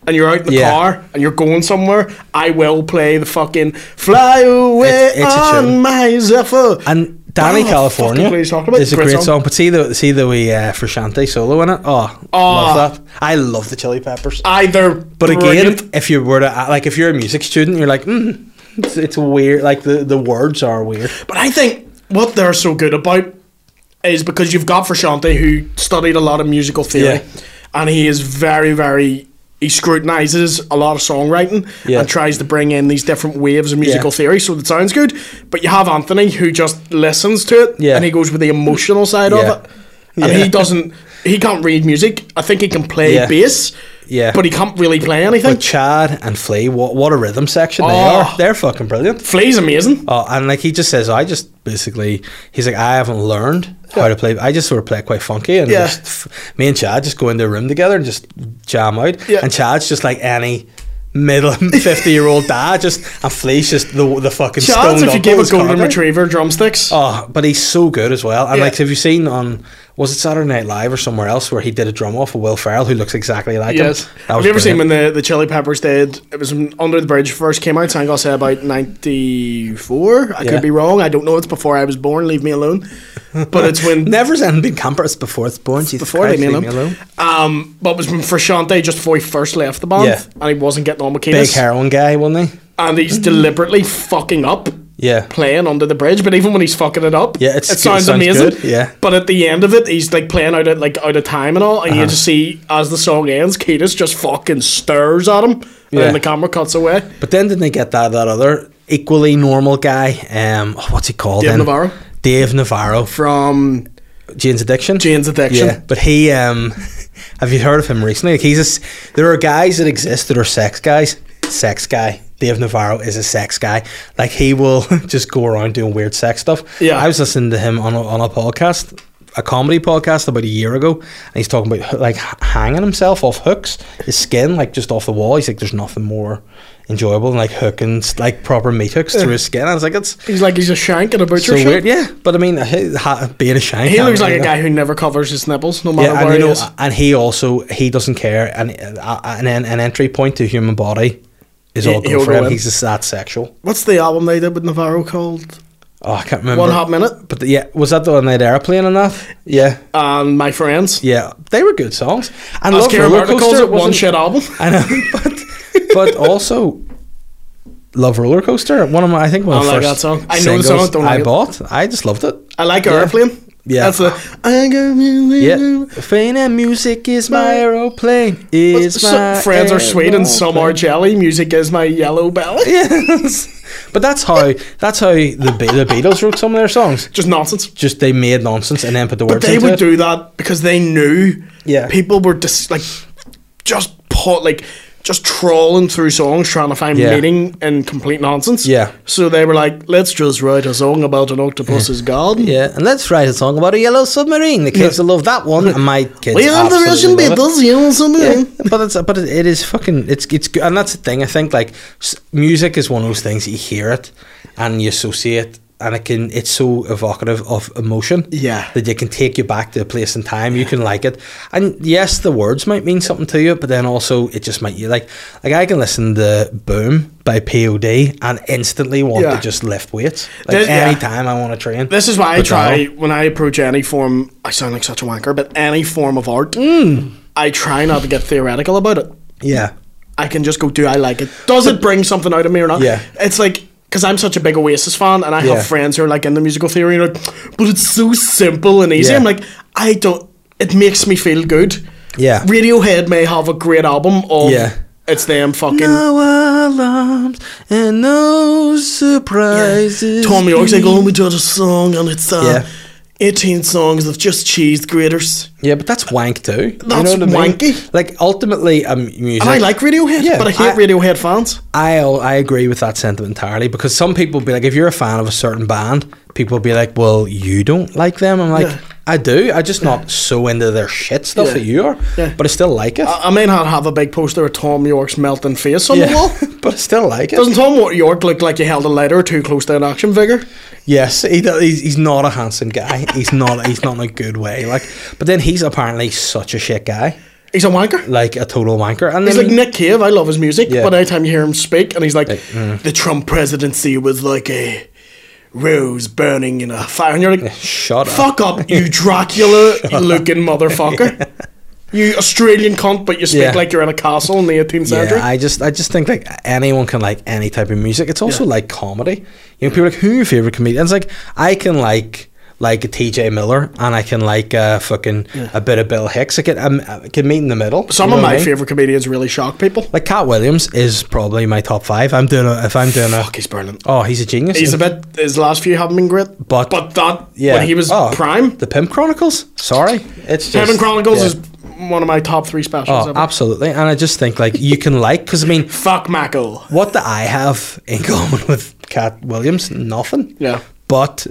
Speaker 3: and you're out in the
Speaker 1: Yeah.
Speaker 3: car and you're going somewhere, I will play the fucking Fly Away
Speaker 1: It's- it's a tune.
Speaker 3: on My Zephyr.
Speaker 1: and Danny
Speaker 3: Oh,
Speaker 1: California
Speaker 3: fucking please talk about it.
Speaker 1: is a
Speaker 3: Great
Speaker 1: great
Speaker 3: song.
Speaker 1: song. but see the see the wee uh, Frusciante solo in it. Oh, love that. I love the Chili Peppers.
Speaker 3: either.
Speaker 1: But again,
Speaker 3: brilliant
Speaker 1: if you were to uh, like, if you're a music student, you're like, mm, it's, it's weird. Like the, the words are weird.
Speaker 3: But I think what they're so good about is because you've got Frusciante who studied a lot of musical theory,
Speaker 1: Yeah.
Speaker 3: and he is very, very he scrutinizes a lot of songwriting
Speaker 1: Yeah.
Speaker 3: and tries to bring in these different waves of musical
Speaker 1: Yeah.
Speaker 3: theory, so that sounds good. But you have Anthony who just listens to it,
Speaker 1: Yeah.
Speaker 3: and he goes with the emotional side
Speaker 1: Yeah.
Speaker 3: of it, and
Speaker 1: Yeah.
Speaker 3: he doesn't. He can't read music. I think he can play
Speaker 1: Yeah.
Speaker 3: bass,
Speaker 1: Yeah.
Speaker 3: but he can't really play anything.
Speaker 1: But Chad and Flea, what what a rhythm section they
Speaker 3: Oh.
Speaker 1: are. They're fucking brilliant.
Speaker 3: Flea's amazing.
Speaker 1: Oh, and like he just says, I just basically, he's like, I haven't learned how to play. I just sort of play quite funky, and
Speaker 3: Yeah.
Speaker 1: just f- me and Chad just go into a room together and just jam out.
Speaker 3: Yeah.
Speaker 1: And Chad's just like any middle [LAUGHS] fifty year old dad, just and Flea's just the the fucking
Speaker 3: Chance
Speaker 1: stoned
Speaker 3: if you
Speaker 1: uncle
Speaker 3: gave a
Speaker 1: that's
Speaker 3: golden
Speaker 1: conquering.
Speaker 3: retriever drumsticks.
Speaker 1: Oh, but he's so good as well. And
Speaker 3: Yeah.
Speaker 1: like, have you seen on was it Saturday Night Live or somewhere else where he did a drum off of Will Ferrell, who looks exactly like
Speaker 3: Yes.
Speaker 1: him? That
Speaker 3: Have
Speaker 1: was
Speaker 3: you ever seen when
Speaker 1: brilliant.
Speaker 3: the, the Chili Peppers did? It was when Under the Bridge first came out. Sang I'll say about ninety four. I
Speaker 1: Yeah.
Speaker 3: could be wrong. I don't know. It's before I was born. Leave me
Speaker 1: [LAUGHS]
Speaker 3: alone. But it's when
Speaker 1: Never seen been compassed before it's born. Jesus
Speaker 3: before
Speaker 1: Christ,
Speaker 3: leave me alone.
Speaker 1: Leave Me Alone.
Speaker 3: Um, but it was when Frusciante just before he first left the band,
Speaker 1: Yeah.
Speaker 3: and he wasn't getting on with
Speaker 1: Big
Speaker 3: Kiedis,
Speaker 1: heroin guy, wasn't he?
Speaker 3: and he's deliberately fucking up.
Speaker 1: Yeah.
Speaker 3: Playing under the bridge, but even when he's fucking it up,
Speaker 1: Yeah, it's-
Speaker 3: it sounds,
Speaker 1: it sounds
Speaker 3: amazing.
Speaker 1: good, yeah.
Speaker 3: but at the end of it, he's like playing out of like out of time and all, and
Speaker 1: Uh-huh.
Speaker 3: you just see as the song ends, Kiedis just fucking stares at him, and
Speaker 1: Yeah.
Speaker 3: then the camera cuts away.
Speaker 1: But then didn't they get that that other equally normal guy? Um, oh, what's he called?
Speaker 3: Dave
Speaker 1: then?
Speaker 3: Navarro?
Speaker 1: Dave Navarro,
Speaker 3: from
Speaker 1: Jane's Addiction.
Speaker 3: Jane's Addiction.
Speaker 1: Yeah, but he. Um, [LAUGHS] have you heard of him recently? Like he's a, s- there are guys that exist that are sex guys. Sex guy. Dave Navarro is a sex guy. Like he will [LAUGHS] just go around doing weird sex stuff.
Speaker 3: Yeah.
Speaker 1: I was listening to him on a, on a podcast, a comedy podcast about a year ago, and he's talking about like h- hanging himself off hooks, his skin like just off the wall. He's like, there's nothing more enjoyable than like hooking s- like proper meat hooks through his skin. I was like, it's
Speaker 3: He's like he's a shank in a butcher
Speaker 1: so
Speaker 3: shop.
Speaker 1: weird. Yeah, but I mean, h- ha- being a shank.
Speaker 3: He
Speaker 1: I
Speaker 3: looks
Speaker 1: mean,
Speaker 3: like a
Speaker 1: know.
Speaker 3: guy who never covers his nipples, no matter
Speaker 1: Yeah, and
Speaker 3: where
Speaker 1: you
Speaker 3: he
Speaker 1: know,
Speaker 3: is.
Speaker 1: and he also he doesn't care, and uh, an an entry point to human body is all
Speaker 3: He-
Speaker 1: good
Speaker 3: he'll
Speaker 1: for
Speaker 3: go
Speaker 1: him.
Speaker 3: in.
Speaker 1: He's just that sexual.
Speaker 3: What's the album they did with Navarro called?
Speaker 1: Oh, I can't remember.
Speaker 3: One Hot Minute
Speaker 1: But the- yeah, was that the one night airplane and that? Yeah,
Speaker 3: and My Friends.
Speaker 1: yeah, they were good songs. And
Speaker 3: As
Speaker 1: Love
Speaker 3: Karen
Speaker 1: Roller
Speaker 3: Martin calls
Speaker 1: Coaster
Speaker 3: it, one
Speaker 1: wasn't- [LAUGHS]
Speaker 3: shit album.
Speaker 1: I know, but but also. Love roller coaster. One of my, I think one of
Speaker 3: I
Speaker 1: the
Speaker 3: like
Speaker 1: first
Speaker 3: that song. I know the song,
Speaker 1: singles
Speaker 3: don't
Speaker 1: I
Speaker 3: like it.
Speaker 1: bought. I just loved it.
Speaker 3: I like
Speaker 1: Yeah.
Speaker 3: Airplane.
Speaker 1: Yeah.
Speaker 3: that's the. I got me-
Speaker 1: Yeah, fame and music is my aeroplane. Is my
Speaker 3: So, friends are sweet and some
Speaker 1: aeroplane.
Speaker 3: are jelly. Music is my yellow belly.
Speaker 1: Yes. But that's how that's how the Be- the Beatles wrote some of their songs.
Speaker 3: Just nonsense.
Speaker 1: Just they made nonsense and then put the words
Speaker 3: But they
Speaker 1: into
Speaker 3: would
Speaker 1: it.
Speaker 3: do that because they knew
Speaker 1: Yeah.
Speaker 3: people were just like just put like just trawling through songs trying to find
Speaker 1: Yeah.
Speaker 3: meaning and complete nonsense.
Speaker 1: Yeah.
Speaker 3: So they were like, let's just write a song about an octopus's garden.
Speaker 1: yeah, and let's write a song about a yellow submarine. The kids will love that one, and my kids.
Speaker 3: We are the
Speaker 1: absolutely
Speaker 3: Russian
Speaker 1: love it.
Speaker 3: Beatles, you know something.
Speaker 1: Yeah, but it's but it, it is fucking it's it's good, and that's the thing. I think like s- music is one of those things that you hear it and you associate, and it can it's so evocative of emotion.
Speaker 3: Yeah.
Speaker 1: that you can take you back to a place in time. You can like it, and yes, the words might mean something to you, but then also it just might you like like I can listen to Boom by Pod and instantly want
Speaker 3: Yeah.
Speaker 1: to just lift weights
Speaker 3: There's-
Speaker 1: like
Speaker 3: yeah.
Speaker 1: any time I want to train.
Speaker 3: This is why I
Speaker 1: But
Speaker 3: try
Speaker 1: no.
Speaker 3: when I approach any form. I sound like such a wanker, but any form of art,
Speaker 1: Mm.
Speaker 3: I try not to get theoretical about it.
Speaker 1: Yeah,
Speaker 3: I can just go, do I like it? Does it bring something out of me or not?
Speaker 1: Yeah.
Speaker 3: It's like, because I'm such a big Oasis fan and I
Speaker 1: Yeah.
Speaker 3: have friends who are like in the musical theory and are like, but it's so simple and easy.
Speaker 1: Yeah.
Speaker 3: I'm like, I don't. it makes me feel good.
Speaker 1: Yeah.
Speaker 3: Radiohead may have a great album of
Speaker 1: Yeah.
Speaker 3: it's them fucking
Speaker 1: No alarms and no surprises.
Speaker 3: Tom York's like, oh, we did a song and it's uh,
Speaker 1: Yeah.
Speaker 3: 18 songs of just cheese graters.
Speaker 1: Yeah, but that's wank too.
Speaker 3: That's wanky.
Speaker 1: Like ultimately, um, music.
Speaker 3: And I like Radiohead,
Speaker 1: Yeah,
Speaker 3: but I hate
Speaker 1: I-
Speaker 3: Radiohead fans.
Speaker 1: I I agree with that sentiment entirely because some people be like, if you're a fan of a certain band, people be like, well, you don't like them. I'm like,
Speaker 3: Yeah.
Speaker 1: I do. I'm just not so into their shit stuff
Speaker 3: Yeah.
Speaker 1: that you are,
Speaker 3: Yeah. Uh,
Speaker 1: but I still like it.
Speaker 3: I, I may not have a big poster of Tom York's melting face on the wall.
Speaker 1: [LAUGHS] but I still like it.
Speaker 3: Doesn't Tom York look like he held a lighter too close to an action figure?
Speaker 1: Yes, he, do- he's, he's not a handsome guy. He's not. He's not in a good way. Like, but then he's apparently such a shit guy,
Speaker 3: He's a wanker.
Speaker 1: like a total wanker. And
Speaker 3: He's
Speaker 1: then
Speaker 3: like
Speaker 1: he-
Speaker 3: Nick Cave. I love his music,
Speaker 1: Yeah. uh.
Speaker 3: but anytime you hear him speak, and he's like, the Trump presidency was like a rose burning in a fire, and you're
Speaker 1: [LAUGHS]
Speaker 3: like,
Speaker 1: shut up.
Speaker 3: fuck up,
Speaker 1: [LAUGHS]
Speaker 3: you Dracula-looking motherfucker. You Australian cunt, but you speak
Speaker 1: Yeah.
Speaker 3: like you're in a castle in the 18th century.
Speaker 1: Yeah, I just I just think like anyone can like any type of music. It's also like comedy. You know, people are like who are your favorite comedians? Like I can like like a TJ Miller and I can like uh, fucking a bit of Bill Hicks. I can um, I can meet in the middle.
Speaker 3: Some
Speaker 1: You know
Speaker 3: of
Speaker 1: what I
Speaker 3: my
Speaker 1: mean?
Speaker 3: favorite comedians really shock people.
Speaker 1: Like Cat Williams is probably my top five. I'm doing a, if I'm doing a
Speaker 3: Fuck, he's brilliant.
Speaker 1: oh he's a genius.
Speaker 3: He's a bit. His last few haven't been great,
Speaker 1: But-
Speaker 3: but that when he was
Speaker 1: Oh,
Speaker 3: prime,
Speaker 1: The Pimp Chronicles. Sorry, it's just,
Speaker 3: Heaven Chronicles
Speaker 1: yeah.
Speaker 3: is one of my top three specials.
Speaker 1: oh
Speaker 3: ever.
Speaker 1: absolutely. And I just think like you can like because I mean
Speaker 3: Fuck Mako.
Speaker 1: what do I have in [LAUGHS] common with Cat Williams? Nothing.
Speaker 3: Yeah.
Speaker 1: But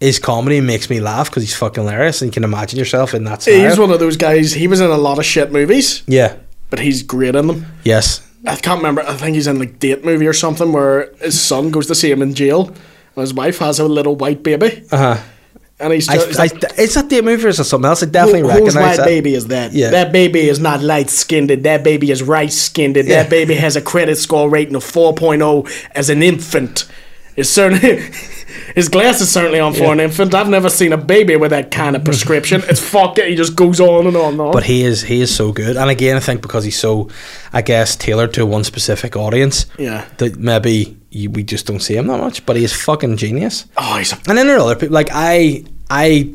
Speaker 1: his comedy makes me laugh because he's fucking hilarious, and you can imagine yourself in that. Scenario.
Speaker 3: He's one of those guys. He was in a lot of shit movies,
Speaker 1: yeah.
Speaker 3: but he's great in them.
Speaker 1: Yes.
Speaker 3: I can't remember. I think he's in like date movie or something where his son goes to see him in jail, and his wife has a little white baby,
Speaker 1: Uh huh.
Speaker 3: and he's
Speaker 1: I,
Speaker 3: just.
Speaker 1: I, is that the movie or is it something else? I definitely
Speaker 3: Who- whose
Speaker 1: recognize
Speaker 3: white
Speaker 1: that.
Speaker 3: baby is that?
Speaker 1: Yeah.
Speaker 3: That baby is not light skinned. That baby is rice skinned.
Speaker 1: Yeah.
Speaker 3: That baby has a credit score rating of 4.0 as an infant. It's certainly. [LAUGHS] His glass is certainly on for an infant. I've never seen a baby with that kind of prescription.
Speaker 1: [LAUGHS]
Speaker 3: it's fuck it. He just goes on and on and on.
Speaker 1: But he is he is so good, and again, I think because he's so, I guess, tailored to one specific audience.
Speaker 3: Yeah.
Speaker 1: That maybe you, we just don't see him that much, but he is fucking genius.
Speaker 3: oh, he's a.
Speaker 1: And then there are other people like I I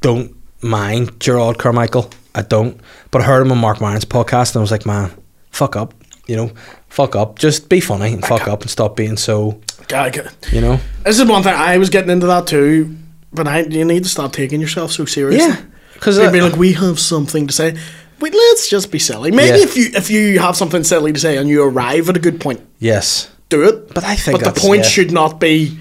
Speaker 1: don't mind Gerard Carmichael. I don't. But I heard him on Mark Maron's podcast and I was like, man, fuck up. You know, fuck up. Just be funny and fuck up and stop being so
Speaker 3: God,
Speaker 1: you know.
Speaker 3: this is one thing I was getting into that too. But I, you need to stop taking yourself so seriously.
Speaker 1: Yeah. uh, Because
Speaker 3: They'd be like, "We have something to say." Wait, let's just be silly. Maybe
Speaker 1: Yeah.
Speaker 3: if you if you have something silly to say and you arrive at a good point,
Speaker 1: Yes.
Speaker 3: do it.
Speaker 1: But I think
Speaker 3: but the
Speaker 1: that's-
Speaker 3: point
Speaker 1: yeah. Mm-hmm.
Speaker 3: should not be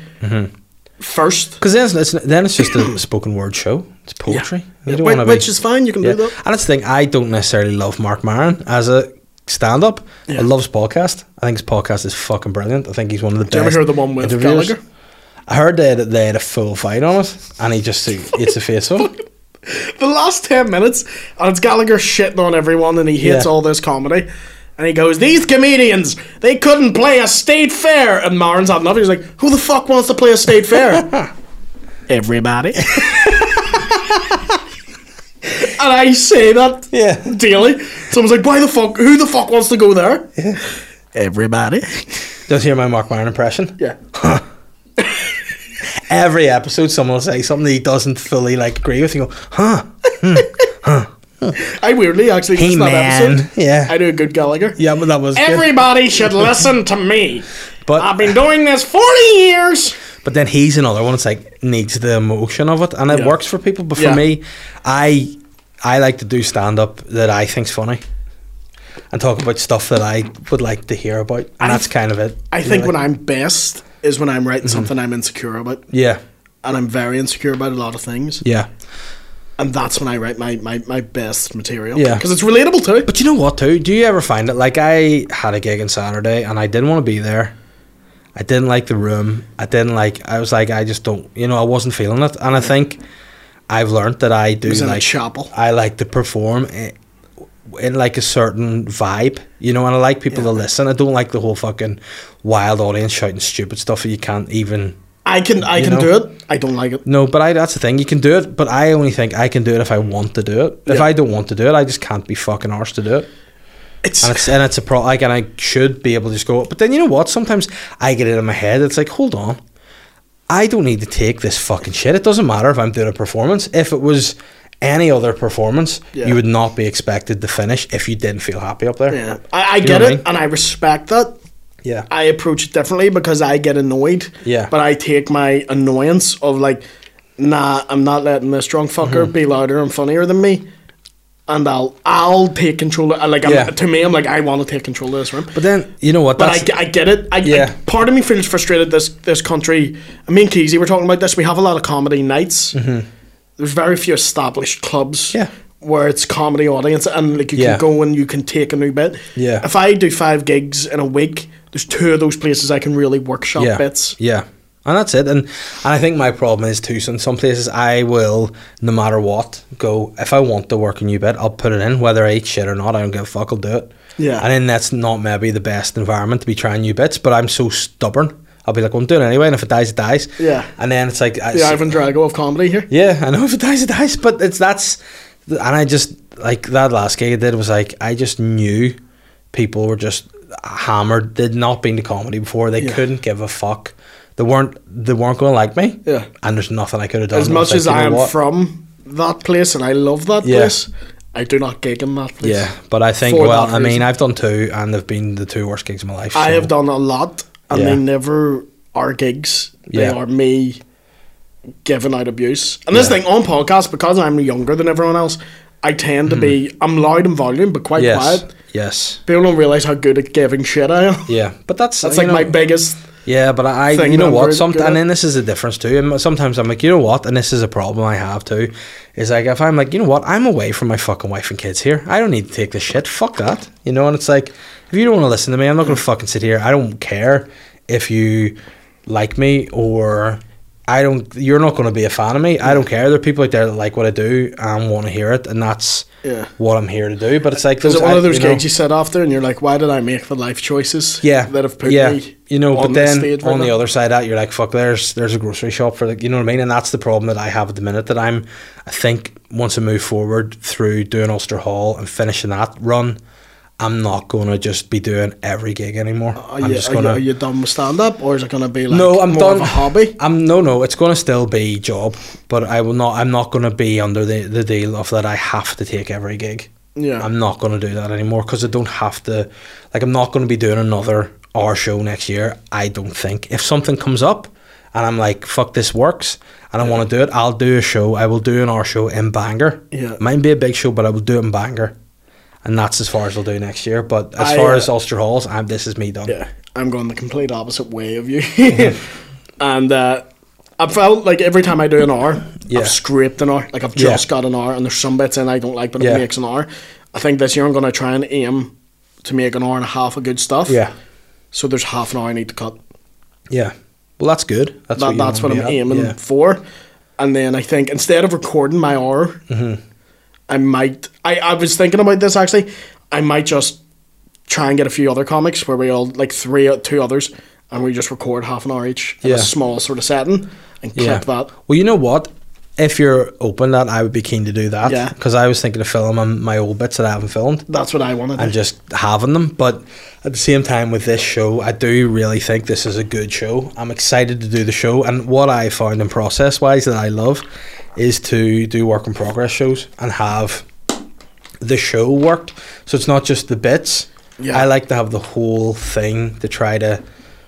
Speaker 3: first.
Speaker 1: Because then it's, it's, then it's just
Speaker 3: [COUGHS]
Speaker 1: a spoken word show. It's poetry. You
Speaker 3: Yeah,
Speaker 1: don't
Speaker 3: whi-
Speaker 1: wanna be-
Speaker 3: which is fine. You can
Speaker 1: Yeah.
Speaker 3: do that.
Speaker 1: And that's the thing, I don't necessarily love Mark Maron as a stand up. I
Speaker 3: Yeah.
Speaker 1: love his podcast. I think his podcast is fucking brilliant. I think he's one of the
Speaker 3: Did you
Speaker 1: best.
Speaker 3: ever hear the one with
Speaker 1: interviewers.
Speaker 3: Gallagher?
Speaker 1: I heard they had, they had a full fight on it, and he just it's a face off.
Speaker 3: The last ten minutes, and it's Gallagher shitting on everyone, and he hates
Speaker 1: Yeah.
Speaker 3: all this comedy. And he goes, "These comedians, they couldn't play a state fair." And Maron's had enough. He's like, "Who the fuck wants to play a
Speaker 1: [LAUGHS]
Speaker 3: state fair?" Everybody. [LAUGHS] and I say that
Speaker 1: Yeah.
Speaker 3: daily. Someone's like, "Why the fuck? Who the fuck wants to go there?" Everybody.
Speaker 1: Does hear my Mark Maron impression?
Speaker 3: Yeah.
Speaker 1: Every episode, someone will say something he doesn't fully like agree with. You go, huh?
Speaker 3: I weirdly actually
Speaker 1: Hey,
Speaker 3: just that
Speaker 1: man.
Speaker 3: episode.
Speaker 1: Yeah.
Speaker 3: I do a good Gallagher.
Speaker 1: Yeah, but that was good. [LAUGHS]
Speaker 3: Everybody should listen to me.
Speaker 1: But-
Speaker 3: I've been doing this 40 years.
Speaker 1: But then he's another one. It's like needs the emotion of it, and it
Speaker 3: Yeah.
Speaker 1: works for people. But for
Speaker 3: Yeah.
Speaker 1: me, I I like to do stand up that I think's funny, and talk about stuff that I would like to hear about, and that's kind of it.
Speaker 3: I think when I'm best is when I'm
Speaker 1: Mhm.
Speaker 3: writing something I'm insecure about.
Speaker 1: yeah,
Speaker 3: And I'm very insecure about a lot of things.
Speaker 1: yeah.
Speaker 3: And that's when I write my, my, my best material.
Speaker 1: Yeah.
Speaker 3: Because it's relatable to it.
Speaker 1: But you know what, too? Do you ever find it? Like, I had a gig on Saturday and I didn't want to be there. I didn't like the room. I didn't like, I was like, I just don't, you know, I wasn't feeling it. And I think I've learned that I do
Speaker 3: was in a
Speaker 1: like,
Speaker 3: chapel.
Speaker 1: I like to perform i- in like a certain vibe, you know, and I like people to listen. I don't like the whole fucking wild audience shouting stupid stuff that you can't even.
Speaker 3: I can I
Speaker 1: You
Speaker 3: can
Speaker 1: know?
Speaker 3: do it. I don't like it.
Speaker 1: No, but I, that's the thing. You can do it, but I only think I can do it if I want to do it. If
Speaker 3: Yeah.
Speaker 1: I don't want to do it, I just can't be fucking arsed to do it
Speaker 3: It's,
Speaker 1: and it's and it's a pro like and I should be able to just go. But then you know what? Sometimes I get it in my head. It's like, hold on, I don't need to take this fucking shit. It doesn't matter if I'm doing a performance. If it was any other performance,
Speaker 3: Yeah.
Speaker 1: you would not be expected to finish if you didn't feel happy up there.
Speaker 3: Yeah, I,
Speaker 1: Do
Speaker 3: I
Speaker 1: you know
Speaker 3: get
Speaker 1: what I
Speaker 3: it,
Speaker 1: mean?
Speaker 3: and I respect that.
Speaker 1: Yeah.
Speaker 3: I approach it differently because I get annoyed.
Speaker 1: Yeah.
Speaker 3: But I take my annoyance of like, nah, I'm not letting this drunk fucker
Speaker 1: Mm-hmm.
Speaker 3: be louder and funnier than me. And I'll I'll take control. Of, like I'm,
Speaker 1: Yeah.
Speaker 3: to me, I'm like I want to take control of this room. But,
Speaker 1: But then you know what?
Speaker 3: I,
Speaker 1: That's
Speaker 3: ge- I get it. I,
Speaker 1: Yeah.
Speaker 3: I- part of me feels frustrated. This this country. I mean, Keezy, we're talking about this. We have a lot of comedy nights. There's very few established clubs.
Speaker 1: Mm-hmm. Yeah.
Speaker 3: Where it's comedy audience and like you
Speaker 1: Yeah.
Speaker 3: can go and you can take a new bit.
Speaker 1: Yeah.
Speaker 3: If I do five gigs in a week, there's two of those places I can really workshop
Speaker 1: yeah,
Speaker 3: bits.
Speaker 1: yeah, and that's it. And and I think my problem is too. So in some places, I will, no matter what, go if I want to work a new bit, I'll put it in, whether I eat shit or not. I don't give a fuck. I'll do it.
Speaker 3: Yeah.
Speaker 1: and then that's not maybe the best environment to be trying new bits. But I'm so stubborn. I'll be like, well, I'm doing it anyway, and if it dies, it dies.
Speaker 3: Yeah.
Speaker 1: and then it's like, I-
Speaker 3: The Ivan Drago of comedy here.
Speaker 1: Yeah, I know [LAUGHS] if it dies, it dies. But it's that's, and I just like that last gig I did was like I just knew people were just hammered. They'd not been to comedy before. They
Speaker 3: Yeah.
Speaker 1: couldn't give a fuck. They weren't. They weren't going to like me.
Speaker 3: Yeah.
Speaker 1: And there's nothing I could have done.
Speaker 3: As
Speaker 1: I was
Speaker 3: much as
Speaker 1: like, you
Speaker 3: I
Speaker 1: know
Speaker 3: am
Speaker 1: what?
Speaker 3: from that place and I love that
Speaker 1: Yeah.
Speaker 3: place, I do not gig in that place.
Speaker 1: Yeah, but I think
Speaker 3: For
Speaker 1: well,
Speaker 3: that
Speaker 1: I mean,
Speaker 3: reason.
Speaker 1: I've done two, and they've been the two worst gigs of my life.
Speaker 3: I
Speaker 1: so-
Speaker 3: have done a lot, and
Speaker 1: Yeah.
Speaker 3: they never are gigs. They
Speaker 1: Yeah.
Speaker 3: are me giving out abuse. And this
Speaker 1: Yeah.
Speaker 3: thing on podcasts, because I'm younger than everyone else, I tend to be I'm loud and volume, but quite
Speaker 1: Mm-hmm. Yes.
Speaker 3: quiet.
Speaker 1: Yes.
Speaker 3: People don't realize how good at giving shit I am.
Speaker 1: Yeah, but that's
Speaker 3: [LAUGHS] That's
Speaker 1: you
Speaker 3: like my
Speaker 1: know-
Speaker 3: biggest.
Speaker 1: Yeah, but I, I
Speaker 3: thing
Speaker 1: you know
Speaker 3: that I'm
Speaker 1: what?
Speaker 3: very
Speaker 1: Some,
Speaker 3: good at.
Speaker 1: and then this is the difference too. And sometimes I'm like, you know what? And this is a problem I have too. Is like if I'm like, you know what? I'm away from my fucking wife and kids here. I don't need to take this shit. Fuck that. You know. And it's like, if you don't want to listen to me, I'm not gonna fucking sit here. I don't care if you like me or I don't. You're not gonna be a fan of me. I don't care. There are people out there that like what I do and want to hear it, and that's
Speaker 3: Yeah.
Speaker 1: what I'm here to do. But it's like
Speaker 3: Is it
Speaker 1: I-
Speaker 3: one of those
Speaker 1: you know-
Speaker 3: gigs you sit after and you're like, why did I make the life choices
Speaker 1: yeah,
Speaker 3: that have put
Speaker 1: yeah.
Speaker 3: me
Speaker 1: you know,
Speaker 3: on
Speaker 1: but
Speaker 3: this
Speaker 1: then
Speaker 3: stage right
Speaker 1: on the
Speaker 3: now?"
Speaker 1: other side of that you're like, fuck, there's there's a grocery shop for like, you know what I mean, and that's the problem that I have at the minute that I'm, I think once I move forward through doing Ulster Hall and finishing that run, I'm not gonna just be doing every gig anymore.
Speaker 3: Are
Speaker 1: I'm
Speaker 3: you,
Speaker 1: just
Speaker 3: are you-
Speaker 1: gonna
Speaker 3: are you done with stand up or is it going to be like
Speaker 1: no, I'm
Speaker 3: more
Speaker 1: done.
Speaker 3: of a hobby?
Speaker 1: I'm no, no. It's going to still be job, but I will not. I'm not going to be under the the deal of that. I have to take every gig.
Speaker 3: Yeah.
Speaker 1: I'm not going to do that anymore because I don't have to. Like, I'm not going to be doing another hour show next year. I don't think. If something comes up and I'm like, fuck, this works, and I want to do it, I'll do a show. I will do an hour show in Bangor.
Speaker 3: Yeah.
Speaker 1: It might be a big show, but I will do it in Bangor. And that's as far as I'll do next year. But as
Speaker 3: I,
Speaker 1: far
Speaker 3: uh,
Speaker 1: as Ulster Halls, I'm, this is me done.
Speaker 3: Yeah, I'm going the complete opposite way
Speaker 1: [LAUGHS]
Speaker 3: of you. [LAUGHS] and uh, I felt like every time I do an hour,
Speaker 1: Yeah.
Speaker 3: I've scraped an hour. Like I've
Speaker 1: Yeah.
Speaker 3: just got an hour, and there's some bits in I don't like, but
Speaker 1: Yeah.
Speaker 3: it makes an hour. I think this year I'm going to try and aim to make an hour and a half of good stuff.
Speaker 1: Yeah.
Speaker 3: So there's half an hour I need to cut.
Speaker 1: Yeah. Well, that's good. That's
Speaker 3: That,
Speaker 1: what, you
Speaker 3: that's what
Speaker 1: wanna
Speaker 3: I'm
Speaker 1: be at.
Speaker 3: aiming
Speaker 1: Yeah.
Speaker 3: for. And then I think instead of recording my hour,
Speaker 1: Mm-hmm.
Speaker 3: I might. I, I was thinking about this actually. I might just try and get a few other comics where we all like three or two others, and we just record half an hour each in
Speaker 1: Yeah.
Speaker 3: a small sort of setting and clip that.
Speaker 1: Well, you know what? If you're open, that I would be keen to do that.
Speaker 3: Yeah.
Speaker 1: Because I was thinking of filming my old bits that I haven't filmed
Speaker 3: That's what I want to
Speaker 1: and
Speaker 3: do.
Speaker 1: just having them. But at the same time, with this show, I do really think this is a good show. I'm excited to do the show, and what I found in process wise that I love is to do work in progress shows and have the show worked. So it's not just the bits.
Speaker 3: Yeah.
Speaker 1: I like to have the whole thing to try to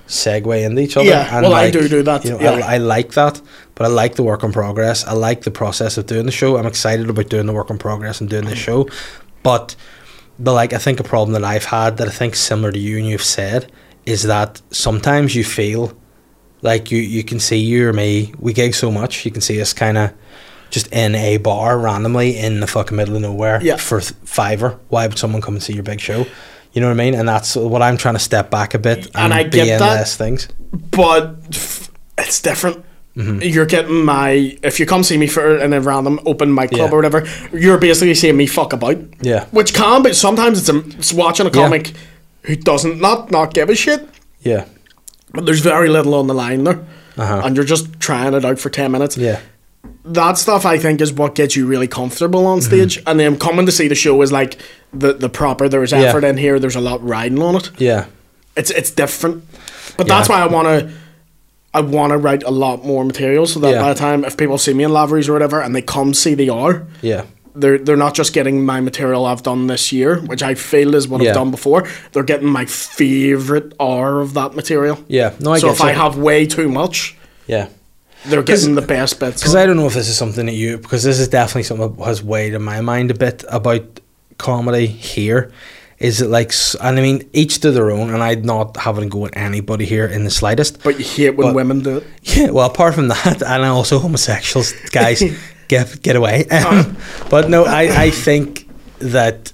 Speaker 1: segue into each other.
Speaker 3: Yeah, well, I do do that,
Speaker 1: You know,
Speaker 3: yeah.
Speaker 1: I, I like that, but I like the work in progress. I like the process of doing the show. I'm excited about doing the work in progress and doing the show, but the like I think a problem that I've had that I think similar to you and you've said is that sometimes you feel like you you can see you or me we gig so much you can see us kind of just in a bar randomly in the fucking middle of nowhere
Speaker 3: Yeah.
Speaker 1: for th- fiver why would someone come and see your big show you know what I mean and that's what I'm trying to step back a bit and,
Speaker 3: And I
Speaker 1: be
Speaker 3: get
Speaker 1: in
Speaker 3: that.
Speaker 1: less things
Speaker 3: but f- it's different.
Speaker 1: Mm-hmm.
Speaker 3: You're getting my if you come see me for in a random open mic club
Speaker 1: Yeah.
Speaker 3: or whatever, you're basically seeing me fuck about.
Speaker 1: Yeah.
Speaker 3: which can be sometimes it's, a, it's watching a
Speaker 1: Yeah.
Speaker 3: comic who doesn't not not give a shit,
Speaker 1: yeah
Speaker 3: but there's very little on the line there,
Speaker 1: Uh-huh.
Speaker 3: and you're just trying it out for ten minutes.
Speaker 1: yeah
Speaker 3: that stuff I think is what gets you really comfortable
Speaker 1: Mm-hmm.
Speaker 3: on stage, and then coming to see the show is like the the proper. There's
Speaker 1: Yeah.
Speaker 3: effort in here. There's a lot riding on it
Speaker 1: yeah
Speaker 3: it's it's different. But that's
Speaker 1: Yeah.
Speaker 3: why I want to. I want to write a lot more material so that
Speaker 1: Yeah.
Speaker 3: by the time if people see me in Laveries or whatever and they come see the R,
Speaker 1: Yeah.
Speaker 3: they're they're not just getting my material I've done this year, which I feel is what
Speaker 1: Yeah.
Speaker 3: I've done before. They're getting my favorite R of that material.
Speaker 1: Yeah. No, I
Speaker 3: so
Speaker 1: get
Speaker 3: if I
Speaker 1: you.
Speaker 3: have way too much,
Speaker 1: Yeah.
Speaker 3: they're getting the best bits.
Speaker 1: Because
Speaker 3: of
Speaker 1: I
Speaker 3: it.
Speaker 1: don't know if this is something that you because this is definitely something that has weighed in my mind a bit about comedy here. Is it like s- and I mean each to their own, and I'd not having a go at anybody here in the slightest.
Speaker 3: but you hate when
Speaker 1: but-
Speaker 3: women do it.
Speaker 1: Yeah, well, apart from that, [LAUGHS] and also homosexuals, guys,
Speaker 3: [LAUGHS]
Speaker 1: get get away. Um, but no, I, I think that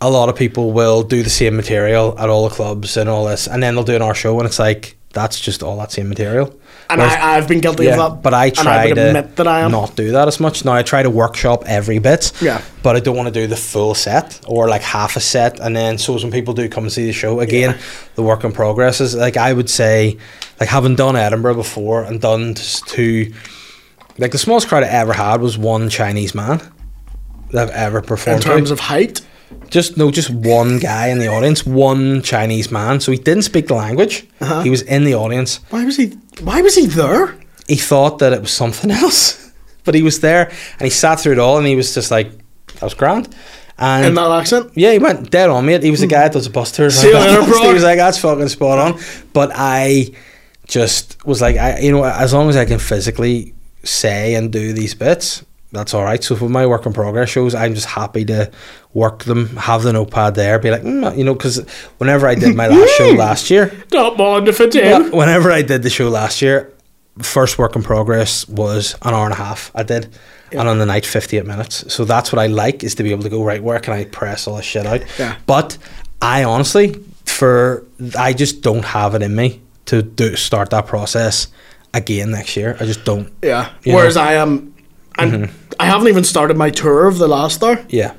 Speaker 1: a lot of people will do the same material at all the clubs and all this, and then they'll do an our show, and it's like that's just all that same material.
Speaker 3: And
Speaker 1: Whereas-
Speaker 3: I, I've been guilty
Speaker 1: yeah,
Speaker 3: of that.
Speaker 1: but I
Speaker 3: and
Speaker 1: try
Speaker 3: would
Speaker 1: to
Speaker 3: admit that I am.
Speaker 1: not do that as much. Now I try to workshop every bit.
Speaker 3: Yeah.
Speaker 1: But I don't want to do the full set or like half a set, and then so when people do come and see the show again, the work in progress is like I would say, like having done Edinburgh before and done just two, like the smallest crowd I ever had was one Chinese man that I've ever
Speaker 3: in
Speaker 1: performed. to.
Speaker 3: terms of height.
Speaker 1: Just no, just one guy in the audience, one Chinese man. So he didn't speak the language.
Speaker 3: Uh-huh.
Speaker 1: He was in the audience
Speaker 3: Why was he? Why was he there?
Speaker 1: he thought that it was something [LAUGHS] else, but he was there and he sat through it all and he was just like, that was grand. And,
Speaker 3: In that accent.
Speaker 1: yeah, he went dead on, mate. He was the guy that does the bus tours.
Speaker 3: See you later,
Speaker 1: [LAUGHS]
Speaker 3: bro.
Speaker 1: He was like, that's fucking spot on. But I just was like, I, you know, as long as I can physically say and do these bits, that's all right. So for my work in progress shows, I'm just happy to work them, have the notepad there, be like, mm, you know, because whenever I did my last
Speaker 3: [LAUGHS]
Speaker 1: show last year,
Speaker 3: Don't mind if I do.
Speaker 1: well, [LAUGHS] whenever I did the show last year, first work in progress was an hour and a half. I did, and on the night, fifty-eight minutes. So that's what I like is to be able to go right. Where can I press all this shit out?
Speaker 3: Yeah.
Speaker 1: But I honestly, for I just don't have it in me to do start that process again next year. I just don't.
Speaker 3: Yeah.
Speaker 1: You
Speaker 3: Whereas
Speaker 1: know?
Speaker 3: I am, I'm,
Speaker 1: Mm-hmm.
Speaker 3: I haven't even started my tour of the last there,
Speaker 1: Yeah.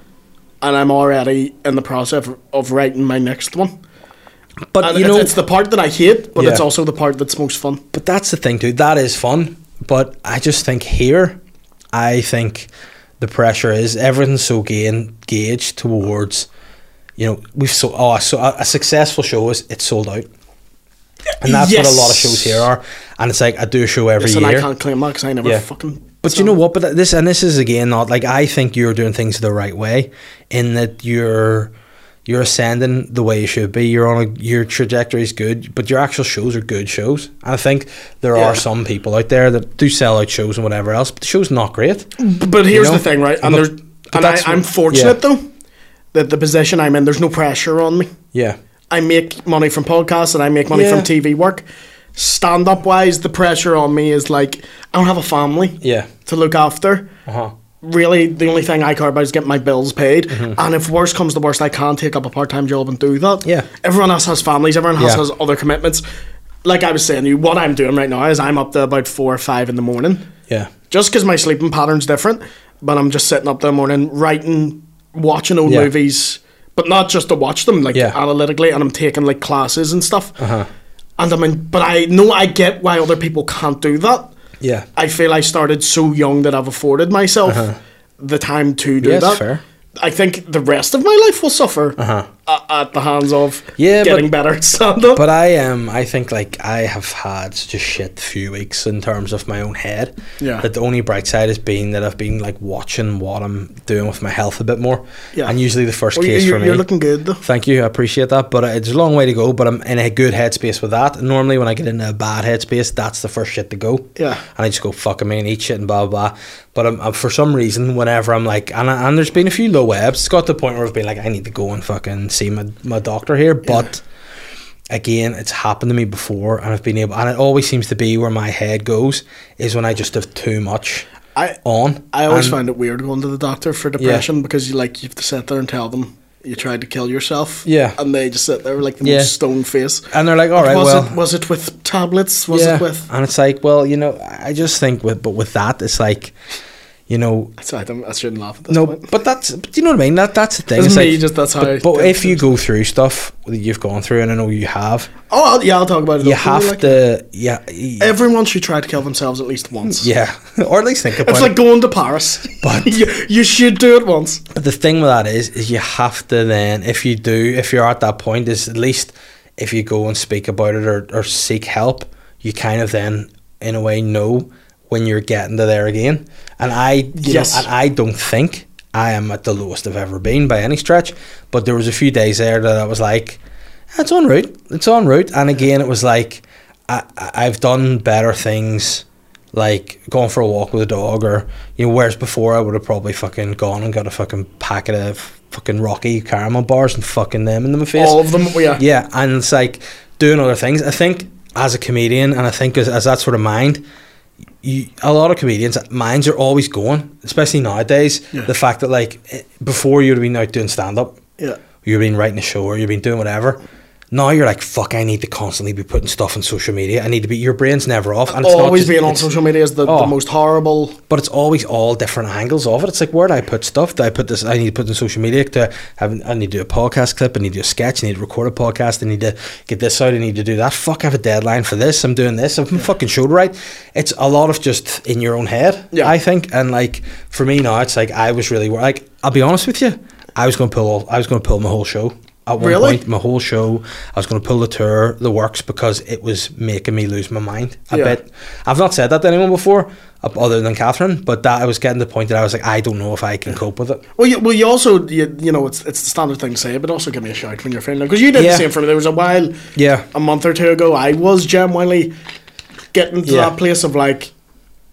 Speaker 3: and I'm already in the process of, of writing my next one.
Speaker 1: But
Speaker 3: And
Speaker 1: you
Speaker 3: it's,
Speaker 1: know,
Speaker 3: it's the part that I hate, but it's
Speaker 1: Yeah.
Speaker 3: also the part that's most fun.
Speaker 1: But that's the thing, too. That is fun. But I just think here, I think the pressure is everything's so gain, gauged towards, you know, we've so oh so a, a successful show is it's sold out, and that's what a lot of
Speaker 3: Yes.
Speaker 1: shows here are. And it's like I do a show every
Speaker 3: Yes, and I
Speaker 1: year.
Speaker 3: can't claim that because I never
Speaker 1: Yeah.
Speaker 3: fucking.
Speaker 1: But you know what? But this and this is again not like I think you're doing things the right way, in that you're you're ascending the way you should be. You're on a, your trajectory is good, but your actual shows are good shows. And I think there
Speaker 3: Yeah.
Speaker 1: are some people out there that do sell out shows and whatever else, but the show's not great.
Speaker 3: B- But here's
Speaker 1: know?
Speaker 3: the thing, right? And,
Speaker 1: But-
Speaker 3: there's,
Speaker 1: but
Speaker 3: and I,
Speaker 1: that's what-
Speaker 3: I'm fortunate though that the position I'm in, there's no pressure on me.
Speaker 1: Yeah,
Speaker 3: I make money from podcasts and I make money
Speaker 1: Yeah.
Speaker 3: from TV work. Stand up wise, the pressure on me is like I don't have a family
Speaker 1: yeah,
Speaker 3: to look after.
Speaker 1: uh huh,
Speaker 3: really the only thing I care about is getting my bills paid.
Speaker 1: Mm-hmm.
Speaker 3: And if worse comes to worst, I can take up a part time job and do that.
Speaker 1: Yeah.
Speaker 3: Everyone else has families, everyone else
Speaker 1: Yeah.
Speaker 3: has other commitments. Like I was saying to you, what I'm doing right now is I'm up to about four or five in the morning.
Speaker 1: yeah,
Speaker 3: Just because my sleeping pattern's different, but I'm just sitting up there in the morning writing, watching old
Speaker 1: Yeah.
Speaker 3: movies, but not just to watch them, like
Speaker 1: Yeah.
Speaker 3: analytically, and I'm taking like classes and stuff.
Speaker 1: Uh-huh.
Speaker 3: And I mean, but I know I get why other people can't do that.
Speaker 1: yeah,
Speaker 3: I feel I started so young that I've afforded myself the time to do
Speaker 1: Yeah, it's
Speaker 3: that.
Speaker 1: Uh-huh. fair. Uh-huh.
Speaker 3: I think the rest of my life will suffer a- at the hands of
Speaker 1: Yeah, but-
Speaker 3: getting better at stand up.
Speaker 1: But I um, I think like I have had such a shit few weeks in terms of my own head.
Speaker 3: Yeah.
Speaker 1: That the only bright side has been that I've been like watching what I'm doing with my health a bit more.
Speaker 3: Yeah.
Speaker 1: And usually the first
Speaker 3: Well, you-
Speaker 1: case
Speaker 3: you-
Speaker 1: for me.
Speaker 3: you're looking good, though.
Speaker 1: Thank you, I appreciate that. But uh, it's a long way to go. But I'm in a good headspace with that. And normally when I get into a bad headspace, that's the first shit to go.
Speaker 3: Yeah.
Speaker 1: And I just go fucking me and eat shit and blah blah. blah. But I'm, I'm- for some reason whenever I'm like and, I- and there's been a few low ebbs. It's got to the point where I've been like I need to go and fucking see my my doctor here, but again, it's happened to me before, and I've been able, and it always seems to be where my head goes is when I just have too much
Speaker 3: I-
Speaker 1: on.
Speaker 3: I always
Speaker 1: And-
Speaker 3: find it weird going to the doctor for depression because you like you have to sit there and tell them you tried to kill yourself.
Speaker 1: Yeah.
Speaker 3: and they just sit there with, like the
Speaker 1: Yeah.
Speaker 3: most stone face.
Speaker 1: and they're like, all right,
Speaker 3: was
Speaker 1: well,
Speaker 3: it was it with tablets? Was
Speaker 1: yeah,
Speaker 3: it with?
Speaker 1: and it's like, well, you know, I just think with, but with that, it's like, you know,
Speaker 3: Sorry, I, don't, I shouldn't laugh at this.
Speaker 1: no,
Speaker 3: point.
Speaker 1: but that's, but you know what I mean? That that's the thing.
Speaker 3: It's
Speaker 1: it's
Speaker 3: me,
Speaker 1: like-
Speaker 3: just that's how I
Speaker 1: But, but
Speaker 3: did
Speaker 1: if
Speaker 3: it.
Speaker 1: you go through stuff that you've gone through, and I know you have,
Speaker 3: oh I'll- yeah, I'll talk about it.
Speaker 1: you
Speaker 3: after,
Speaker 1: have
Speaker 3: like,
Speaker 1: to, yeah, y-
Speaker 3: Everyone should try to kill themselves at least once.
Speaker 1: yeah, [LAUGHS] or at least think about
Speaker 3: It's
Speaker 1: it.
Speaker 3: like going to Paris.
Speaker 1: But-
Speaker 3: [LAUGHS] you, you should do it once.
Speaker 1: But the thing with that is, is you have to then, if you do, if you're at that point, is at least if you go and speak about it or, or seek help, you kind of then, in a way, know when you're getting to there again. And I, you know,
Speaker 3: Yes.
Speaker 1: and I don't think I am at the lowest I've ever been by any stretch. But there was a few days there that I was like, it's en route, it's en route. And again, it was like, I, I- I've done better things. Like going for a walk with a dog, or you know, whereas before I would have probably fucking gone and got a fucking packet of fucking Rocky caramel bars and fucking them in my face.
Speaker 3: All of them, yeah.
Speaker 1: Yeah, and it's like doing other things. I think as a comedian, and I think as, as that sort of mind, you, a lot of comedians' minds are always going, especially nowadays.
Speaker 3: Yeah.
Speaker 1: The fact that like eh, before you'd have been out doing stand up,
Speaker 3: Yeah.
Speaker 1: you've been writing a show or you've been doing whatever. Now you're like, fuck, I need to constantly be putting stuff on social media. I need to be, your brain's never off. And it's not
Speaker 3: Always
Speaker 1: just-
Speaker 3: being on
Speaker 1: it's-
Speaker 3: social media is the,
Speaker 1: Oh.
Speaker 3: the most horrible.
Speaker 1: but it's always all different angles of it. It's like where do I put stuff? Do I put this? I need to put it in social media. To have, I need to do a podcast clip. I need to do a sketch. I need to record a podcast. I need to get this out. I need to do that. Fuck, I have a deadline for this. I'm doing this. I'm fucking showed right. It's a lot of just in your own head.
Speaker 3: Yeah.
Speaker 1: I think. And like for me now, it's like I was really wor- like I'll be honest with you. I was gonna pull. All, I was gonna pull my whole show. At one
Speaker 3: Really?
Speaker 1: point, my whole show, I was going to pull the tour, the works, because it was making me lose my mind a
Speaker 3: Yeah.
Speaker 1: bit. I've not said that to anyone before, uh, other than Catherine, but that I was getting to the point that I was like, I don't know if I can cope with it.
Speaker 3: Well, you, well, you also you, you know it's it's the standard thing to say, but also give me a shout when you're feeling because you did
Speaker 1: Yeah.
Speaker 3: the same for me. There was a while,
Speaker 1: Yeah.
Speaker 3: a month or two ago, I was genuinely getting to
Speaker 1: Yeah.
Speaker 3: that place of like,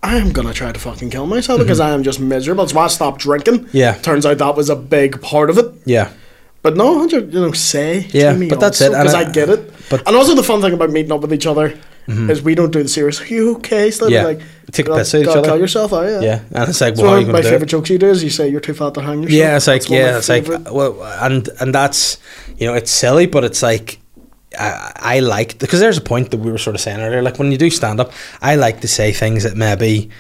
Speaker 3: I am gonna try to fucking kill myself because I am just miserable. So I stopped drinking.
Speaker 1: Mm-hmm. Yeah.
Speaker 3: turns out that was a big part of it.
Speaker 1: Yeah.
Speaker 3: But no, hundred, you know, say
Speaker 1: Yeah,
Speaker 3: to me
Speaker 1: but that's it, and
Speaker 3: because
Speaker 1: I-
Speaker 3: I, get it.
Speaker 1: but- Mm-hmm.
Speaker 3: and also the fun thing about meeting up with each other is we don't do the serious. Are you okay? Stuff
Speaker 1: Yeah.
Speaker 3: like
Speaker 1: Take a
Speaker 3: "God-
Speaker 1: piss out of each
Speaker 3: God,
Speaker 1: other."
Speaker 3: Kill yourself. Oh yeah.
Speaker 1: Yeah. And it's like,
Speaker 3: So
Speaker 1: well, how
Speaker 3: one
Speaker 1: are you
Speaker 3: of my
Speaker 1: going to do
Speaker 3: favorite
Speaker 1: it?
Speaker 3: jokes you do is you say you're too fat to hang yourself.
Speaker 1: Yeah, it's like,
Speaker 3: That's one of my
Speaker 1: yeah, it's like,
Speaker 3: favorite.
Speaker 1: uh, well, and and that's, you know, it's silly, but it's like, I, I like, because there's a point that we were sort of saying earlier, like when you do stand up, I like to say things that maybe,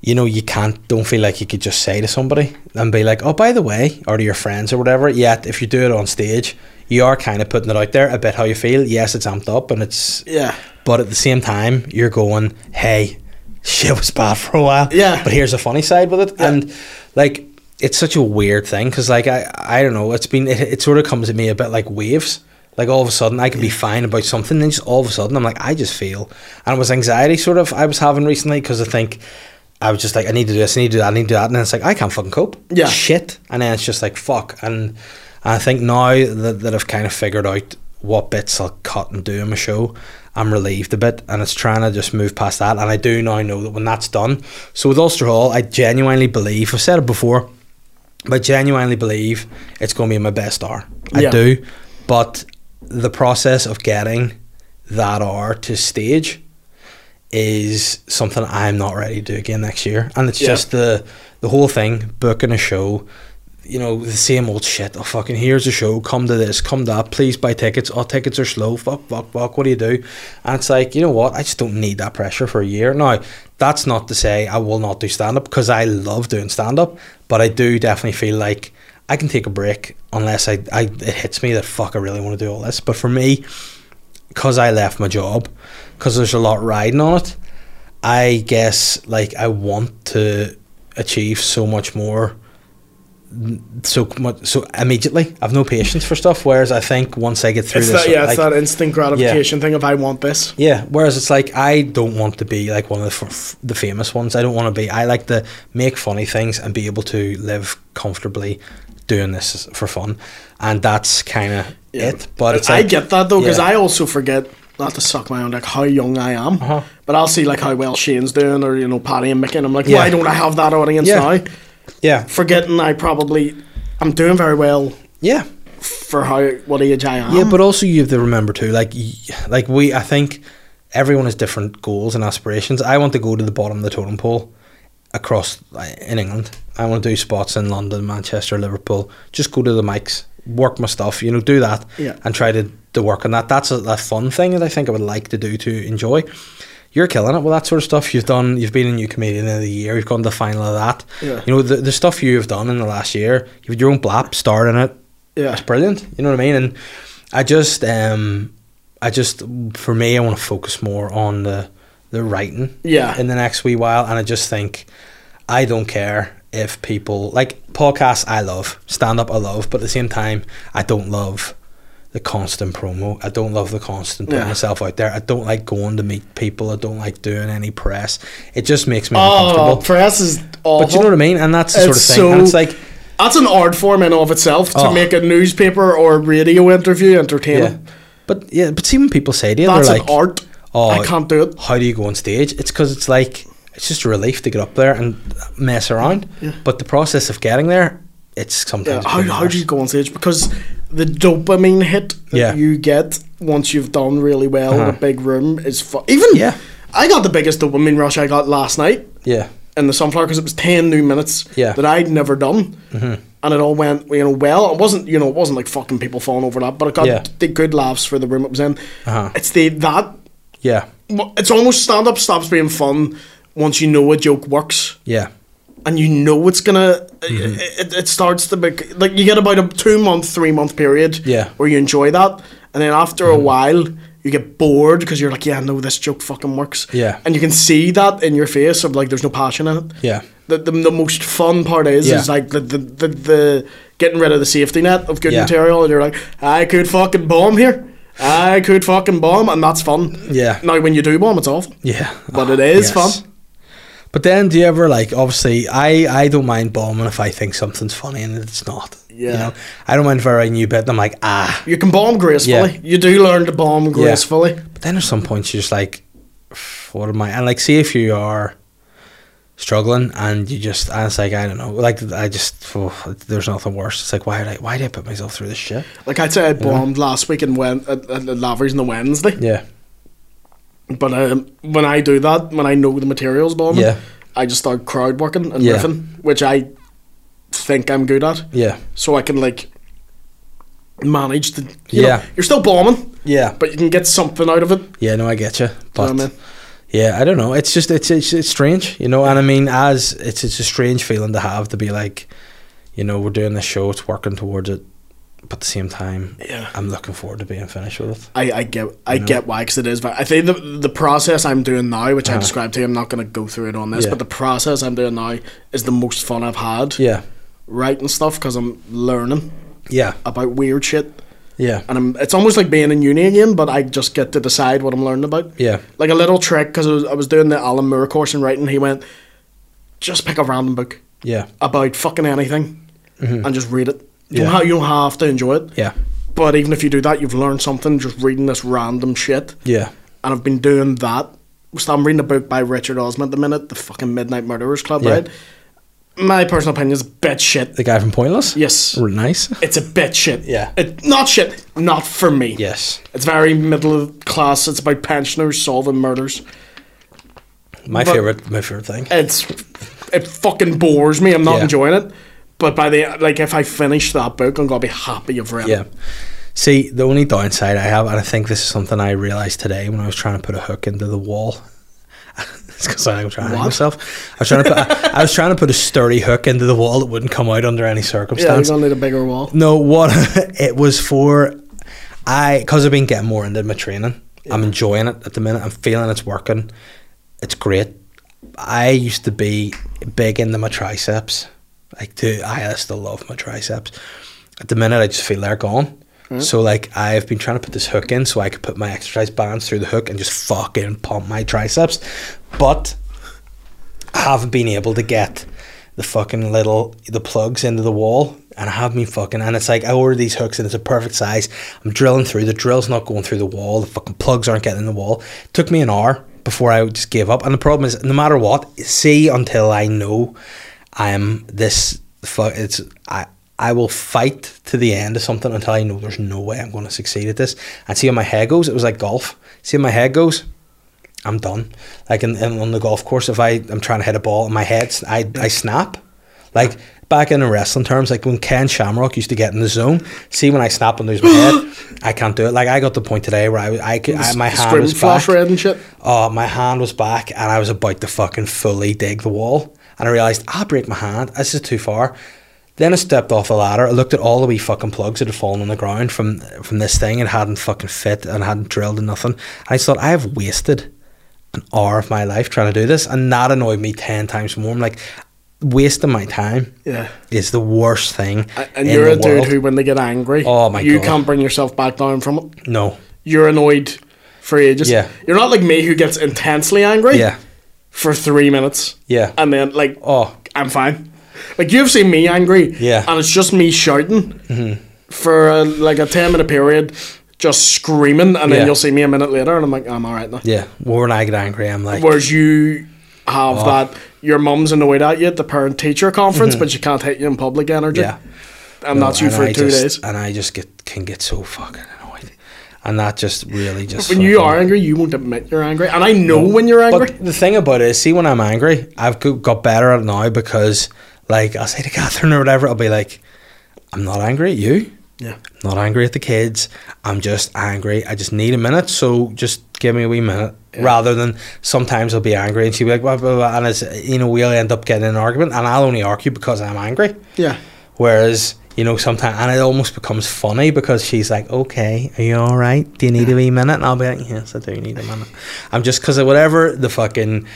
Speaker 1: you know, you can't, don't feel like you could just say to somebody and be like, oh, by the way, or to your friends or whatever. Yet, if you do it on stage, you are kind of putting it out there a bit how you feel. Yes, it's amped up and it's,
Speaker 3: Yeah.
Speaker 1: but at the same time, you're going, hey, shit was bad for a while.
Speaker 3: Yeah.
Speaker 1: But here's a funny side with it. And like, it's such a weird thing because, like, I, I don't know, it's been, it, it sort of comes at me a bit like waves. Like, all of a sudden, I can be fine about something. Then just all of a sudden, I'm like, I just feel. And it was anxiety sort of I was having recently because I think I was just like, I need to do this, I need to do that, I need to do that. And then it's like, I can't fucking cope.
Speaker 3: Yeah.
Speaker 1: Shit. And then it's just like, fuck. And I think now that, that I've kind of figured out what bits I'll cut and do in my show, I'm relieved a bit. And it's trying to just move past that. And I do now know that when that's done. So with Ulster Hall, I genuinely believe, I've said it before, but I genuinely believe it's going to be my best hour. I
Speaker 3: Yeah.
Speaker 1: do. But the process of getting that hour to stage is something I'm not ready to do again next year. And it's
Speaker 3: Yeah.
Speaker 1: just the the whole thing, booking a show, you know, the same old shit. Oh fucking here's a show, come to this, come to that, please buy tickets. Oh tickets are slow, fuck, fuck, fuck, what do you do? And it's like, you know what, I just don't need that pressure for a year. Now, that's not to say I will not do stand up because I love doing stand up, but I do definitely feel like I can take a break unless I, I it hits me that fuck I really want to do all this. But for me, because I left my job, because there's a lot riding on it, I guess like I want to achieve so much more, n- so much so immediately. I've no patience for stuff. Whereas I think once I get through
Speaker 3: It's
Speaker 1: this,
Speaker 3: that, yeah, it's
Speaker 1: like-
Speaker 3: that instant gratification thing of I want this.
Speaker 1: yeah, whereas it's like I don't want to be like one of the, f- the famous ones. I don't want to be. I like to make funny things and be able to live comfortably doing this for fun, and that's kind of it. But it's
Speaker 3: I
Speaker 1: like,
Speaker 3: get that though because
Speaker 1: yeah.
Speaker 3: I also forget not to suck my own like how young I am,
Speaker 1: Uh-huh.
Speaker 3: but I'll see like how well Shane's doing or you know Patty and Mickey, and I'm like,
Speaker 1: Yeah.
Speaker 3: why don't I have that audience
Speaker 1: Yeah.
Speaker 3: now?
Speaker 1: yeah,
Speaker 3: Forgetting I probably I'm doing very well
Speaker 1: yeah.
Speaker 3: for how what age I am.
Speaker 1: Yeah, but also you have to remember too, like, y- like we, I think everyone has different goals and aspirations. I want to go to the bottom of the totem pole across like, in England. I want to do spots in London, Manchester, Liverpool. Just go to the mics, work my stuff, you know, do that,
Speaker 3: Yeah.
Speaker 1: and try to, to work on that. That's a, a fun thing that I think I would like to do to enjoy. You're killing it with that sort of stuff. You've done. You've been a new comedian of the year. You've gone to the final of that.
Speaker 3: Yeah.
Speaker 1: You know the, the stuff you've done in the last year. You've had your own blap, starred in it,
Speaker 3: yeah,
Speaker 1: it's brilliant. You know what I mean? And I just, um, I just, for me, I want to focus more on the the writing.
Speaker 3: Yeah.
Speaker 1: In the next wee while, and I just think I don't care if people like podcasts. I love stand up. I love, but at the same time, I don't love the constant promo. I don't love the constant putting
Speaker 3: Yeah.
Speaker 1: myself out there. I don't like going to meet people. I don't like doing any press. It just makes me
Speaker 3: Oh,
Speaker 1: uncomfortable.
Speaker 3: press is awful.
Speaker 1: But you know what I mean? And that's the sort of
Speaker 3: It's
Speaker 1: thing. and
Speaker 3: so-
Speaker 1: it's like,
Speaker 3: That's an art form in and of itself to
Speaker 1: Oh.
Speaker 3: make a newspaper or radio interview
Speaker 1: yeah.
Speaker 3: entertaining.
Speaker 1: But yeah, but see when people say to you,
Speaker 3: That's
Speaker 1: they're
Speaker 3: an
Speaker 1: like,
Speaker 3: art.
Speaker 1: "Oh,
Speaker 3: I can't do it.
Speaker 1: how do you go on stage? It's because it's like it's just a relief to get up there and mess around. But the process of getting there, it's
Speaker 3: Yeah,
Speaker 1: sometimes
Speaker 3: how,
Speaker 1: pretty
Speaker 3: how do
Speaker 1: nice.
Speaker 3: you go on stage? Because the dopamine hit that
Speaker 1: Yeah.
Speaker 3: you get once you've done really well in
Speaker 1: Uh-huh.
Speaker 3: a big room is fu- even.
Speaker 1: Yeah.
Speaker 3: I got the biggest dopamine rush I got last night
Speaker 1: yeah
Speaker 3: in the sunflower because it was ten new minutes
Speaker 1: Yeah. Mm-hmm.
Speaker 3: that I'd never done, and it all went you know well. It wasn't you know it wasn't like fucking people falling over that, but it got
Speaker 1: Yeah.
Speaker 3: the good laughs for the room it was in.
Speaker 1: Uh-huh.
Speaker 3: It's the that
Speaker 1: yeah
Speaker 3: it's almost stand up stops being fun once you know a joke works
Speaker 1: yeah
Speaker 3: and you know it's gonna
Speaker 1: Mm-hmm.
Speaker 3: it, it starts to bec- like you get about a two month three month period
Speaker 1: Yeah. Mm-hmm.
Speaker 3: where you enjoy that and then after a while you get bored because you're like yeah no this joke fucking works
Speaker 1: Yeah.
Speaker 3: and you can see that in your face of like there's no passion in it
Speaker 1: Yeah.
Speaker 3: the, the, the most fun part is
Speaker 1: Yeah.
Speaker 3: is like the, the, the, the getting rid of the safety net of good
Speaker 1: Yeah.
Speaker 3: material and you're like I could fucking bomb here I could fucking bomb and that's fun
Speaker 1: Yeah.
Speaker 3: now when you do bomb it's awful
Speaker 1: yeah.
Speaker 3: but it is
Speaker 1: Yes.
Speaker 3: fun
Speaker 1: But then, do you ever like? Obviously, I I don't mind bombing if I think something's funny and it's not. You
Speaker 3: Yeah.
Speaker 1: know? I don't mind if I write a new bit and I'm like ah.
Speaker 3: you can bomb gracefully
Speaker 1: Yeah.
Speaker 3: you do learn to bomb gracefully
Speaker 1: But then at some points you're just like, "Pff, what am I? And like, see if you are struggling and you just, and it's like I don't know, like I just, oh, there's nothing worse. It's like why did I why did I put myself through this shit?
Speaker 3: Like I'd say I bombed last week and went at, at, at Lavery's on the Wednesday.
Speaker 1: Yeah.
Speaker 3: But um, when I do that, when I know the materials bombing,
Speaker 1: Yeah.
Speaker 3: I just start crowd working and
Speaker 1: Yeah.
Speaker 3: riffing, which I think I'm good at.
Speaker 1: Yeah.
Speaker 3: So I can like manage the. You
Speaker 1: Yeah.
Speaker 3: Know, you're still bombing,
Speaker 1: Yeah.
Speaker 3: but you can get something out of it.
Speaker 1: Yeah, no, I get you. But
Speaker 3: man.
Speaker 1: yeah, I don't know. It's just it's, it's it's strange, you know. And I mean, as it's it's a strange feeling to have to be like, you know, we're doing this show, it's working towards it, but at the same time,
Speaker 3: Yeah.
Speaker 1: I'm looking forward to being finished with it.
Speaker 3: I, I get I get why because it is. But I think the the process I'm doing now, which I described to you, I'm not going to go through it on this,
Speaker 1: Uh-huh. Yeah.
Speaker 3: but the process I'm doing now is the most fun I've had
Speaker 1: Yeah,
Speaker 3: writing stuff because I'm learning
Speaker 1: yeah,
Speaker 3: about weird shit.
Speaker 1: yeah,
Speaker 3: and I'm, it's almost like being in uni again, but I just get to decide what I'm learning about.
Speaker 1: Yeah.
Speaker 3: Like a little trick, because I was, I was doing the Alan Moore course in writing, he went, just pick a random book
Speaker 1: yeah,
Speaker 3: about fucking anything and just read it. You,
Speaker 1: Mm-hmm. Yeah.
Speaker 3: don't ha- you don't have to enjoy it.
Speaker 1: yeah,
Speaker 3: But even if you do that, you've learned something just reading this random shit.
Speaker 1: yeah.
Speaker 3: And I've been doing that. So I'm reading a book by Richard Osman at the minute, the fucking Midnight Murderers Club,
Speaker 1: Yeah.
Speaker 3: right? My personal opinion is a bit shit.
Speaker 1: The guy from Pointless.
Speaker 3: Yes.
Speaker 1: R- nice.
Speaker 3: It's a bit shit.
Speaker 1: Yeah.
Speaker 3: It, not shit. Not for me.
Speaker 1: Yes,
Speaker 3: It's very middle class. It's about pensioners solving murders.
Speaker 1: my
Speaker 3: But-
Speaker 1: favorite, my favorite thing.
Speaker 3: It's it fucking bores me. I'm not
Speaker 1: Yeah.
Speaker 3: enjoying it. But by the like, if I finish that book, I'm gonna be happy I've read
Speaker 1: Yeah.
Speaker 3: it.
Speaker 1: See, the only downside I have, and I think this is something I realized today when I was trying to put a hook into the wall. [LAUGHS] it's because I was trying to hang
Speaker 3: What?
Speaker 1: myself. I was trying to put, I, I was trying to put a sturdy hook into the wall that wouldn't come out under any
Speaker 3: Yeah, I'm
Speaker 1: circumstance.
Speaker 3: gonna need a bigger wall.
Speaker 1: no, what [LAUGHS] it was for, I because I've been getting more into my training. I'm enjoying it at the minute. I'm feeling it's working. It's great. I used to be big into my triceps. Like, dude, I still love my triceps. At the minute, I just feel they're gone. So, like, I've been trying to put this hook in so I could put my exercise bands through the hook and just fucking pump my triceps. But I haven't been able to get the fucking little the plugs into the wall and I have me fucking and it's like I ordered these hooks and it's a perfect size. I'm drilling through, the drill's not going through the wall, the fucking plugs aren't getting in the wall. took me an hour before I just gave up. And the problem is no matter what, see until I know I am this fuck it's I I will fight to the end of something until I know there's no way I'm gonna succeed at this. And see how my head goes, it was like golf. See how my head goes, I'm done. Like in, in, on the golf course, if I I'm trying to hit a ball and my head, sn- I I snap. Like back in the wrestling terms, like when Ken Shamrock used to get in the zone. See when I snap and
Speaker 3: [GASPS]
Speaker 1: lose my head, I can't do it. Like I got to the point today where I was- I, could, I my hand
Speaker 3: Scrim
Speaker 1: was
Speaker 3: flash
Speaker 1: back.
Speaker 3: red and shit.
Speaker 1: Oh, my hand was back, and I was about to fucking fully dig the wall, and I realized I break my hand. This is too far. Then I stepped off the ladder. I looked at all the wee fucking plugs that had fallen on the ground from from this thing and hadn't fucking fit and hadn't drilled and nothing. And I just thought I have wasted an hour of my life trying to do this, and that annoyed me ten times more. I'm like, wasting my time
Speaker 3: Yeah.
Speaker 1: is the worst thing.
Speaker 3: A- And
Speaker 1: in
Speaker 3: you're
Speaker 1: the
Speaker 3: a dude
Speaker 1: world.
Speaker 3: who, when they get angry,
Speaker 1: Oh my
Speaker 3: you
Speaker 1: God.
Speaker 3: can't bring yourself back down from it.
Speaker 1: No.
Speaker 3: You're annoyed for ages.
Speaker 1: Yeah.
Speaker 3: You're not like me who gets intensely angry
Speaker 1: Yeah.
Speaker 3: for three minutes
Speaker 1: Yeah.
Speaker 3: and then, like,
Speaker 1: oh.
Speaker 3: I'm fine. Like, you've seen me angry.
Speaker 1: Yeah. Mm-hmm.
Speaker 3: And it's just me shouting for uh like a 10 minute period, just screaming. And
Speaker 1: Yeah.
Speaker 3: then you'll see me a minute later and I'm like, "Oh, I'm all right now.
Speaker 1: Yeah. When I get angry, I'm like,
Speaker 3: Whereas you have
Speaker 1: Oh.
Speaker 3: that your mum's annoyed at you at the parent teacher conference, but she can't hit you in public energy.
Speaker 1: Mm-hmm. yeah.
Speaker 3: And
Speaker 1: No,
Speaker 3: that's you
Speaker 1: and
Speaker 3: for
Speaker 1: I
Speaker 3: two
Speaker 1: just-
Speaker 3: days.
Speaker 1: And I just get can get so fucking annoyed, and that just really just
Speaker 3: When you
Speaker 1: fucking-
Speaker 3: are angry, you won't admit you're angry. And I know when you're angry.
Speaker 1: But the thing about it is, see, when I'm angry, I've go- got better at it now because, like, I'll say to [LAUGHS] Catherine or whatever, I'll be like, I'm not angry at you.
Speaker 3: yeah.
Speaker 1: not angry at the kids. I'm just angry. I just need a minute. So just give me a wee minute. Rather than sometimes I'll be angry and she'll be like, blah, blah, blah, and it's, you know, we'll end up getting in an argument. And I'll only argue because I'm angry.
Speaker 3: Yeah.
Speaker 1: Whereas, you know, sometimes, and it almost becomes funny because she's like, okay, are you all right? Do you need a wee minute? And I'll be like, yes, I do need a minute. I'm just, because of whatever the fucking,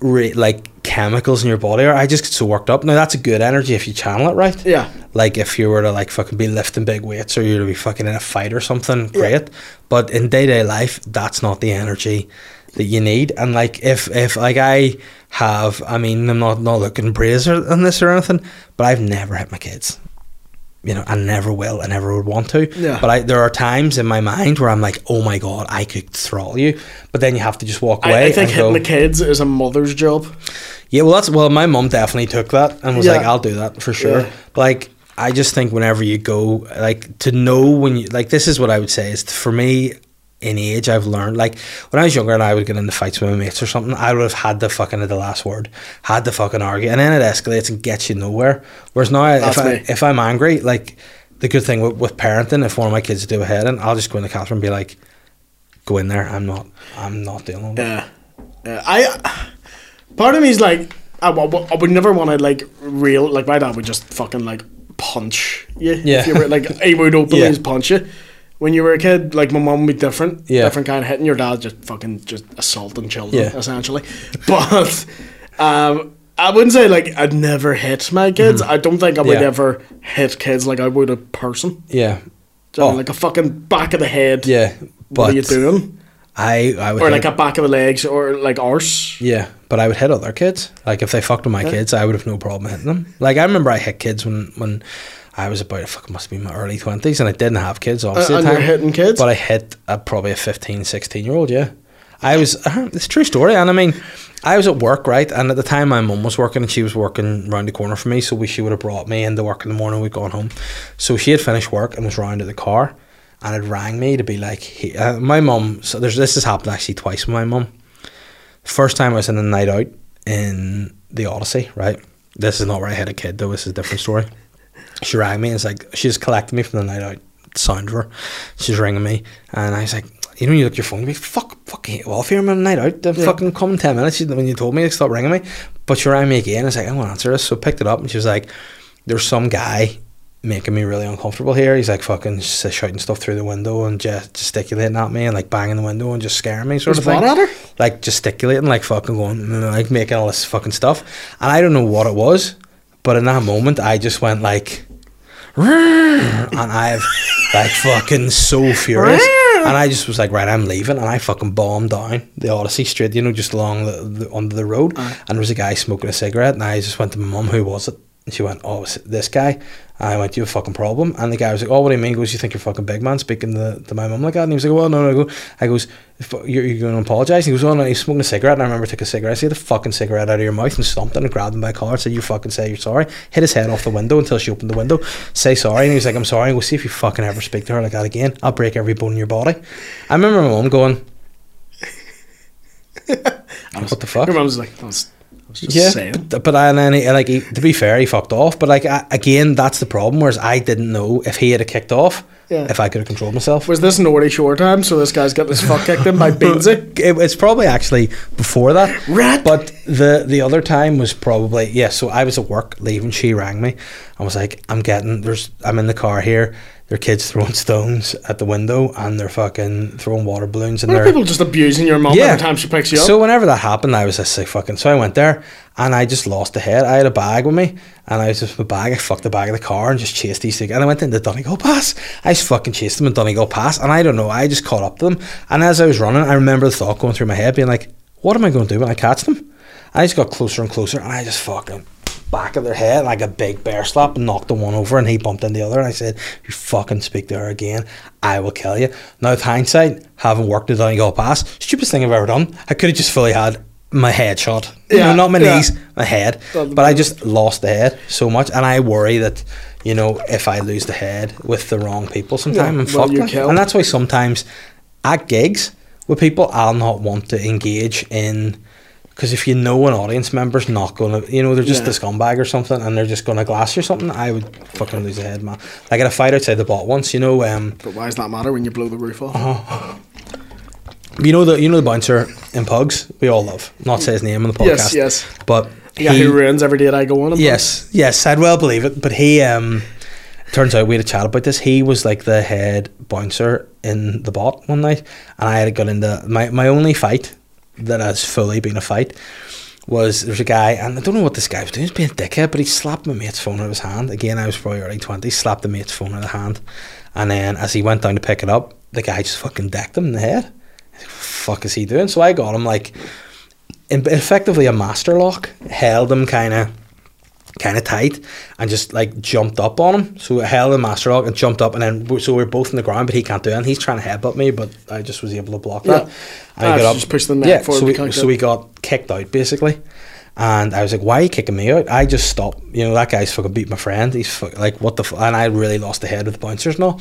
Speaker 1: re- like, chemicals in your body are, I just get so worked up. Now, that's a good energy if you channel it right.
Speaker 3: Yeah.
Speaker 1: Like if you were to like fucking be lifting big weights or you're to be fucking in a fight or something,
Speaker 3: Yeah.
Speaker 1: great. But in day to day life, that's not the energy that you need. And like if if like I have, I mean, I'm not not looking brazen on this or anything, but I've never hit my kids. You know, I never will. I never would want to.
Speaker 3: Yeah.
Speaker 1: But I, there are times in my mind where I'm like, "Oh my god, I could throttle you," but then you have to just walk
Speaker 3: I,
Speaker 1: away.
Speaker 3: I think
Speaker 1: and
Speaker 3: hitting
Speaker 1: go,
Speaker 3: the kids is a mother's job.
Speaker 1: yeah, well, that's well. My mum definitely took that and was
Speaker 3: Yeah.
Speaker 1: like, "I'll do that for sure."
Speaker 3: Yeah.
Speaker 1: But like, I just think whenever you go, like, to know when you like, this is what I would say is for me. In age, I've learned like when I was younger and I would get into fights with my mates or something, I would have had the fucking the last word, had the fucking argue, and then it escalates and gets you nowhere. Whereas now,
Speaker 3: That's
Speaker 1: if I
Speaker 3: me.
Speaker 1: if I'm angry, like the good thing with, with parenting, if one of my kids do a head, and I'll just go into Catherine and be like, "Go in there, I'm not, I'm not dealing with it."
Speaker 3: Yeah. Yeah. Uh, I. Part of me is like, I, wa- wa- I would never want to like real like my dad would just fucking like punch you.
Speaker 1: Yeah.
Speaker 3: If you were, like he would openly
Speaker 1: Yeah.
Speaker 3: just punch you. When you were a kid, like my mum would be different,
Speaker 1: Yeah.
Speaker 3: different kind of hitting. Your dad just fucking just assaulting children,
Speaker 1: Yeah.
Speaker 3: essentially. [LAUGHS] But um, I wouldn't say like I'd never hit my kids. I don't think I would
Speaker 1: Mm-hmm. Yeah.
Speaker 3: ever hit kids like I would a person.
Speaker 1: Yeah,
Speaker 3: Do you know,
Speaker 1: Oh.
Speaker 3: Like a fucking back of the head.
Speaker 1: yeah. But
Speaker 3: what are you doing?
Speaker 1: I, I would
Speaker 3: Or
Speaker 1: hit-
Speaker 3: like a back of the legs, or
Speaker 1: [LAUGHS]
Speaker 3: like arse.
Speaker 1: Yeah, but I would hit other kids. Like if they fucked with my kids, I would have no problem hitting them. Like I remember I hit kids when when I was about fuck must be my early twenties, and I didn't have kids obviously. at
Speaker 3: Uh, and
Speaker 1: the
Speaker 3: you're
Speaker 1: time,
Speaker 3: hitting kids?
Speaker 1: but I hit a, probably a 15, 16 year old. Yeah, I was. uh, It's a true story, and I mean. I was at work, right? And at the time, my mum was working and she was working round the corner for me. So we, she would have brought me into work in the morning, we'd gone home. So she had finished work and was round to the car and had rang me to be like, he, uh, my mum, so there's, this has happened actually twice with my mum first time I was in a night out in the Odyssey, right? This is not where I had a kid though, this is a different story. She rang me and it's like she's collecting me from the night out sound of her. She's ringing me and I was like, you know, when you look at your phone, you be like, fuck, fucking hit off here, I'm on a night out. They're fucking coming 10 minutes. She, when you told me, like, stop ringing me. But she rang me again. I was like, I'm going to answer this. So I picked it up and she was like, there's some guy making me really uncomfortable here. He's like fucking s- shouting stuff through the window and just gesticulating at me and like banging the window and just scaring me sort
Speaker 3: He's
Speaker 1: of thing.
Speaker 3: what at her?
Speaker 1: Like gesticulating, like fucking going, "Mm," like making all this fucking stuff. And I don't know what it was, but in that moment I just went like, "Rrrr," [LAUGHS] and I've like fucking so furious. And I just was like, right, I'm leaving, and I fucking bombed down the Odyssey Street, you know, just along the, the under the road. And there was a guy smoking a cigarette, and I just went to my mum, who was it? And she went, oh, it was this guy. And I went, you have a fucking problem. And the guy was like, oh, what do you mean? He goes, you think you're fucking big man speaking to, to my mum like that? And he was like, well, no, no. I go, I goes, "If- you're, you're going to apologise? And he goes, oh, no, he's smoking a cigarette. And I remember I took a cigarette. So he had a fucking cigarette out of your mouth and stomped it and grabbed him by the collar and said, you fucking say you're sorry. Hit his head off the window until she opened the window. Say sorry. And he was like, I'm sorry. And go, see if you fucking ever speak to her like that again. I'll break every bone in your body. I remember my mum going, what the fuck?
Speaker 3: Your mum's like, I was, I was just
Speaker 1: yeah,
Speaker 3: saying.
Speaker 1: But, but I- and then he, like he, to be fair, he fucked off. But like I, again, that's the problem. Whereas I didn't know if he had a kicked off,
Speaker 3: Yeah.
Speaker 1: if I could have controlled myself.
Speaker 3: Was this Naughty Shore time? So this guy's getting his fuck kicked
Speaker 1: [LAUGHS]
Speaker 3: in by Beansy.
Speaker 1: It, it's probably actually before that.
Speaker 3: Rat.
Speaker 1: But the the other time was probably yeah. So I was at work leaving. She rang me. I was like, I'm getting there's. I'm in the car here. their kids throwing [LAUGHS] stones at the window and they're fucking throwing water balloons in
Speaker 3: What are
Speaker 1: there.
Speaker 3: people just abusing your mom
Speaker 1: Yeah.
Speaker 3: every time she picks you up?
Speaker 1: So whenever that happened, I was just like fucking. So I went there and I just lost the head. I had a bag with me and I was just my bag. I fucked the bag of the car and just chased these things. And I went into Donegal Pass. I just fucking chased them in Donegal Pass. And I don't know. I just caught up to them. And as I was running, I remember the thought going through my head, being like, "What am I going to do when I catch them?" And I just got closer and closer, and I just fucking back of their head like a big bear slap and knocked the one over and he bumped into the other and I said you fucking speak to her again I will kill you now with hindsight having worked at Donegal Pass stupidest thing I've ever done I could have just fully had my head shot you know
Speaker 3: Yeah,
Speaker 1: not my
Speaker 3: yeah.
Speaker 1: knees my head
Speaker 3: Well, the
Speaker 1: but I just lost the head so much and I worry that you know if I lose the head with the wrong people sometime
Speaker 3: Yeah,
Speaker 1: I'm
Speaker 3: well,
Speaker 1: fucked
Speaker 3: you're
Speaker 1: like.
Speaker 3: killed.
Speaker 1: and that's why sometimes at gigs with people I'll not want to engage in because if you know an audience member's not gonna, you know, they're just
Speaker 3: Yeah.
Speaker 1: a scumbag or something, and they're just gonna glass you or something, I would fucking lose a head, man. Like at a fight outside the bot once, you know, um,
Speaker 3: But why does that matter when you blow the roof off?
Speaker 1: Oh, you know the you know the bouncer in Pugs we all love. Not say his name on the podcast.
Speaker 3: Yes, yes.
Speaker 1: But
Speaker 3: Yeah,
Speaker 1: he-
Speaker 3: who ruins every date I go on? about?
Speaker 1: Yes, yes, I'd well believe it. But he, um, turns out we had a chat about this. He was like the head bouncer in the bot one night, and I had got into my my only fight that has fully been a fight was there was a guy, and I don't know what this guy was doing. He was being a dickhead, but he slapped my mate's phone out of his hand. Again, I was probably early twenties. Slapped the mate's phone out of the hand, and then as he went down to pick it up, the guy just fucking decked him in the head. I was like, Fuck is he doing? So I got him like. in- Effectively, a master lock held him kind of kind of tight and just like jumped up on him. So I held the master lock and jumped up, and then w- so we are both on the ground, but he can't do it. And he's trying to headbutt me, but I just was able to block that.
Speaker 3: Yeah.
Speaker 1: And I
Speaker 3: Ah,
Speaker 1: got
Speaker 3: so
Speaker 1: up,
Speaker 3: just push the neck
Speaker 1: yeah.
Speaker 3: forward,
Speaker 1: So
Speaker 3: we
Speaker 1: we,
Speaker 3: can't
Speaker 1: so
Speaker 3: get-
Speaker 1: we got kicked out basically. And I was like, "Why are you kicking me out?" I just stopped. You know, that guy's fucking beat my friend. He's fuck, like, "What the?" F-? And I really lost the head with the bouncers and all.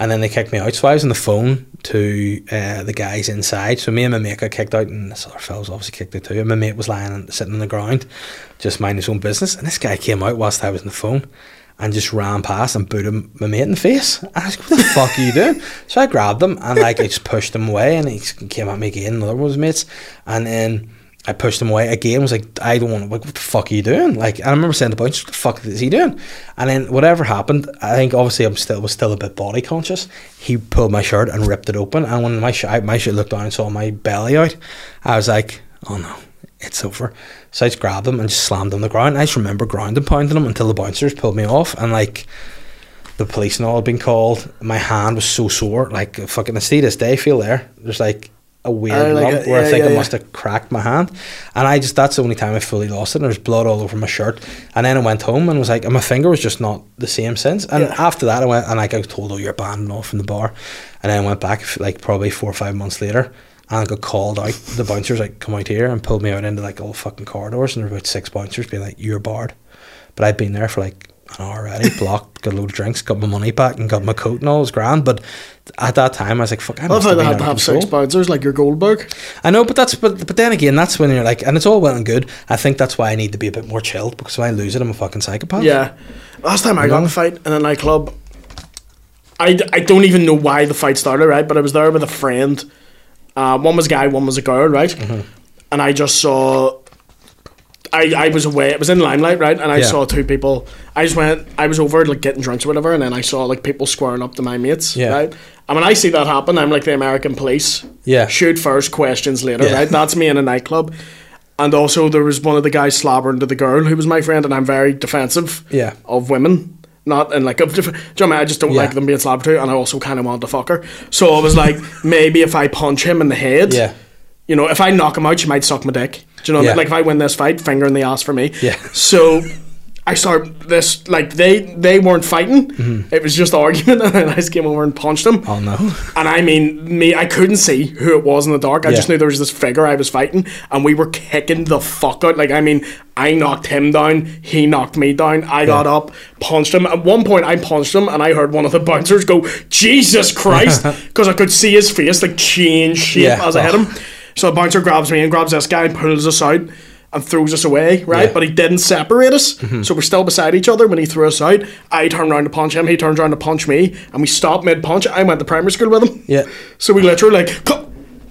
Speaker 1: And then they kicked me out. So I was on the phone to uh, the guys inside. So me and my mate got kicked out, and this other fella was obviously kicked out too. And my mate was lying and sitting on the ground, just minding his own business. And this guy came out whilst I was on the phone and just ran past and booted my mate in the face. And I was like, what the fuck are you doing? So I grabbed him and like I just pushed him away and he came at me again, another one of his mates. And then I pushed him away again, was like, I don't want to, like, what the fuck are you doing? Like, and I remember saying to Bounce, what the fuck is he doing? And then whatever happened, I think obviously I'm still, was still a bit body conscious. He pulled my shirt and ripped it open. And when my, sh- I- my shirt looked down and saw my belly out, I was like, oh no it's over. So I just grabbed him and just slammed him on the ground. I just remember grounding pounding him until the bouncers pulled me off and like the police and all had been called. My hand was so sore, like fucking I see this day, feel there. There's like a
Speaker 3: Oh,
Speaker 1: weird
Speaker 3: like
Speaker 1: lump
Speaker 3: a-
Speaker 1: where I
Speaker 3: yeah,
Speaker 1: think
Speaker 3: yeah,
Speaker 1: I
Speaker 3: yeah.
Speaker 1: must have cracked my hand. And I just that's the only time I fully lost it. And there's blood all over my shirt. And then I went home and was like and my finger was just not the same since. And
Speaker 3: Yeah.
Speaker 1: after that I went and like I was told, Oh, you're banned and off from the bar and then I went back like probably four or five months later and I got called out. The bouncers like come out here and pulled me out into like all fucking corridors, and there were about six bouncers being like, "You're barred." But I'd been there for like an hour
Speaker 3: [LAUGHS]
Speaker 1: already, blocked, got a load of drinks, got my money back, and got my coat and all it was grand. But at that time, I was like, "Fuck, I
Speaker 3: I love
Speaker 1: must
Speaker 3: how
Speaker 1: have
Speaker 3: they
Speaker 1: been
Speaker 3: had
Speaker 1: out
Speaker 3: to
Speaker 1: of
Speaker 3: have six
Speaker 1: control."
Speaker 3: bouncers like your Goldberg.
Speaker 1: I know, but that's but but then again, that's when you're like, and it's all well and good. I think that's why I need to be a bit more chilled because if I lose it, I'm a fucking psychopath.
Speaker 3: Yeah. Last time I got in a fight in a nightclub, I, d- I don't even know why the fight started, right? But I was there with a friend. Uh, one was a guy, one was a girl, right?
Speaker 1: Mm-hmm.
Speaker 3: And I just saw. I, I was away. It was in limelight, right? And I
Speaker 1: Yeah.
Speaker 3: saw two people. I just went. I was over like getting drinks or whatever, and then I saw like people squaring up to my mates,
Speaker 1: Yeah.
Speaker 3: right? And when I see that happen, I'm like the American police.
Speaker 1: Yeah.
Speaker 3: Shoot first, questions later,
Speaker 1: Yeah.
Speaker 3: right? That's me in a nightclub. And also, there was one of the guys slobbering to the girl who was my friend, and I'm very defensive
Speaker 1: Yeah.
Speaker 3: of women. Not and like, of diff- do you know what I mean? I just don't
Speaker 1: Yeah.
Speaker 3: like them being slapped to, and I also kind of want to fuck her. So I was like, maybe if I punch him in the head,
Speaker 1: Yeah.
Speaker 3: you know, if I knock him out, she might suck my dick. Do you know what
Speaker 1: Yeah.
Speaker 3: I mean? Like if I win this fight, finger in the ass for me.
Speaker 1: Yeah.
Speaker 3: So I start this like they they weren't fighting. It was just argument, [LAUGHS] and I just came over and punched him.
Speaker 1: Mm-hmm. Oh [LAUGHS] no.
Speaker 3: And I mean, me, I couldn't see who it was in the dark. I just
Speaker 1: Yeah.
Speaker 3: knew there was this figure I was fighting, and we were kicking the fuck out. Like, I mean, I knocked him down, he knocked me down. I got up, punched him. At one point, I punched him, and I heard one of the bouncers go, "Jesus
Speaker 1: [LAUGHS]
Speaker 3: Christ!" because I could see his face like change shape
Speaker 1: Yeah.
Speaker 3: as I hit him. So the bouncer grabs me and grabs this guy and pulls us out and throws us away, right?
Speaker 1: Yeah. Mm-hmm.
Speaker 3: But he didn't separate us. So we're still beside each other when he threw us out. I turned around to punch him, he turned around to punch me, and we stopped mid punch. I went to primary school with him.
Speaker 1: Yeah.
Speaker 3: So we literally like, "Co-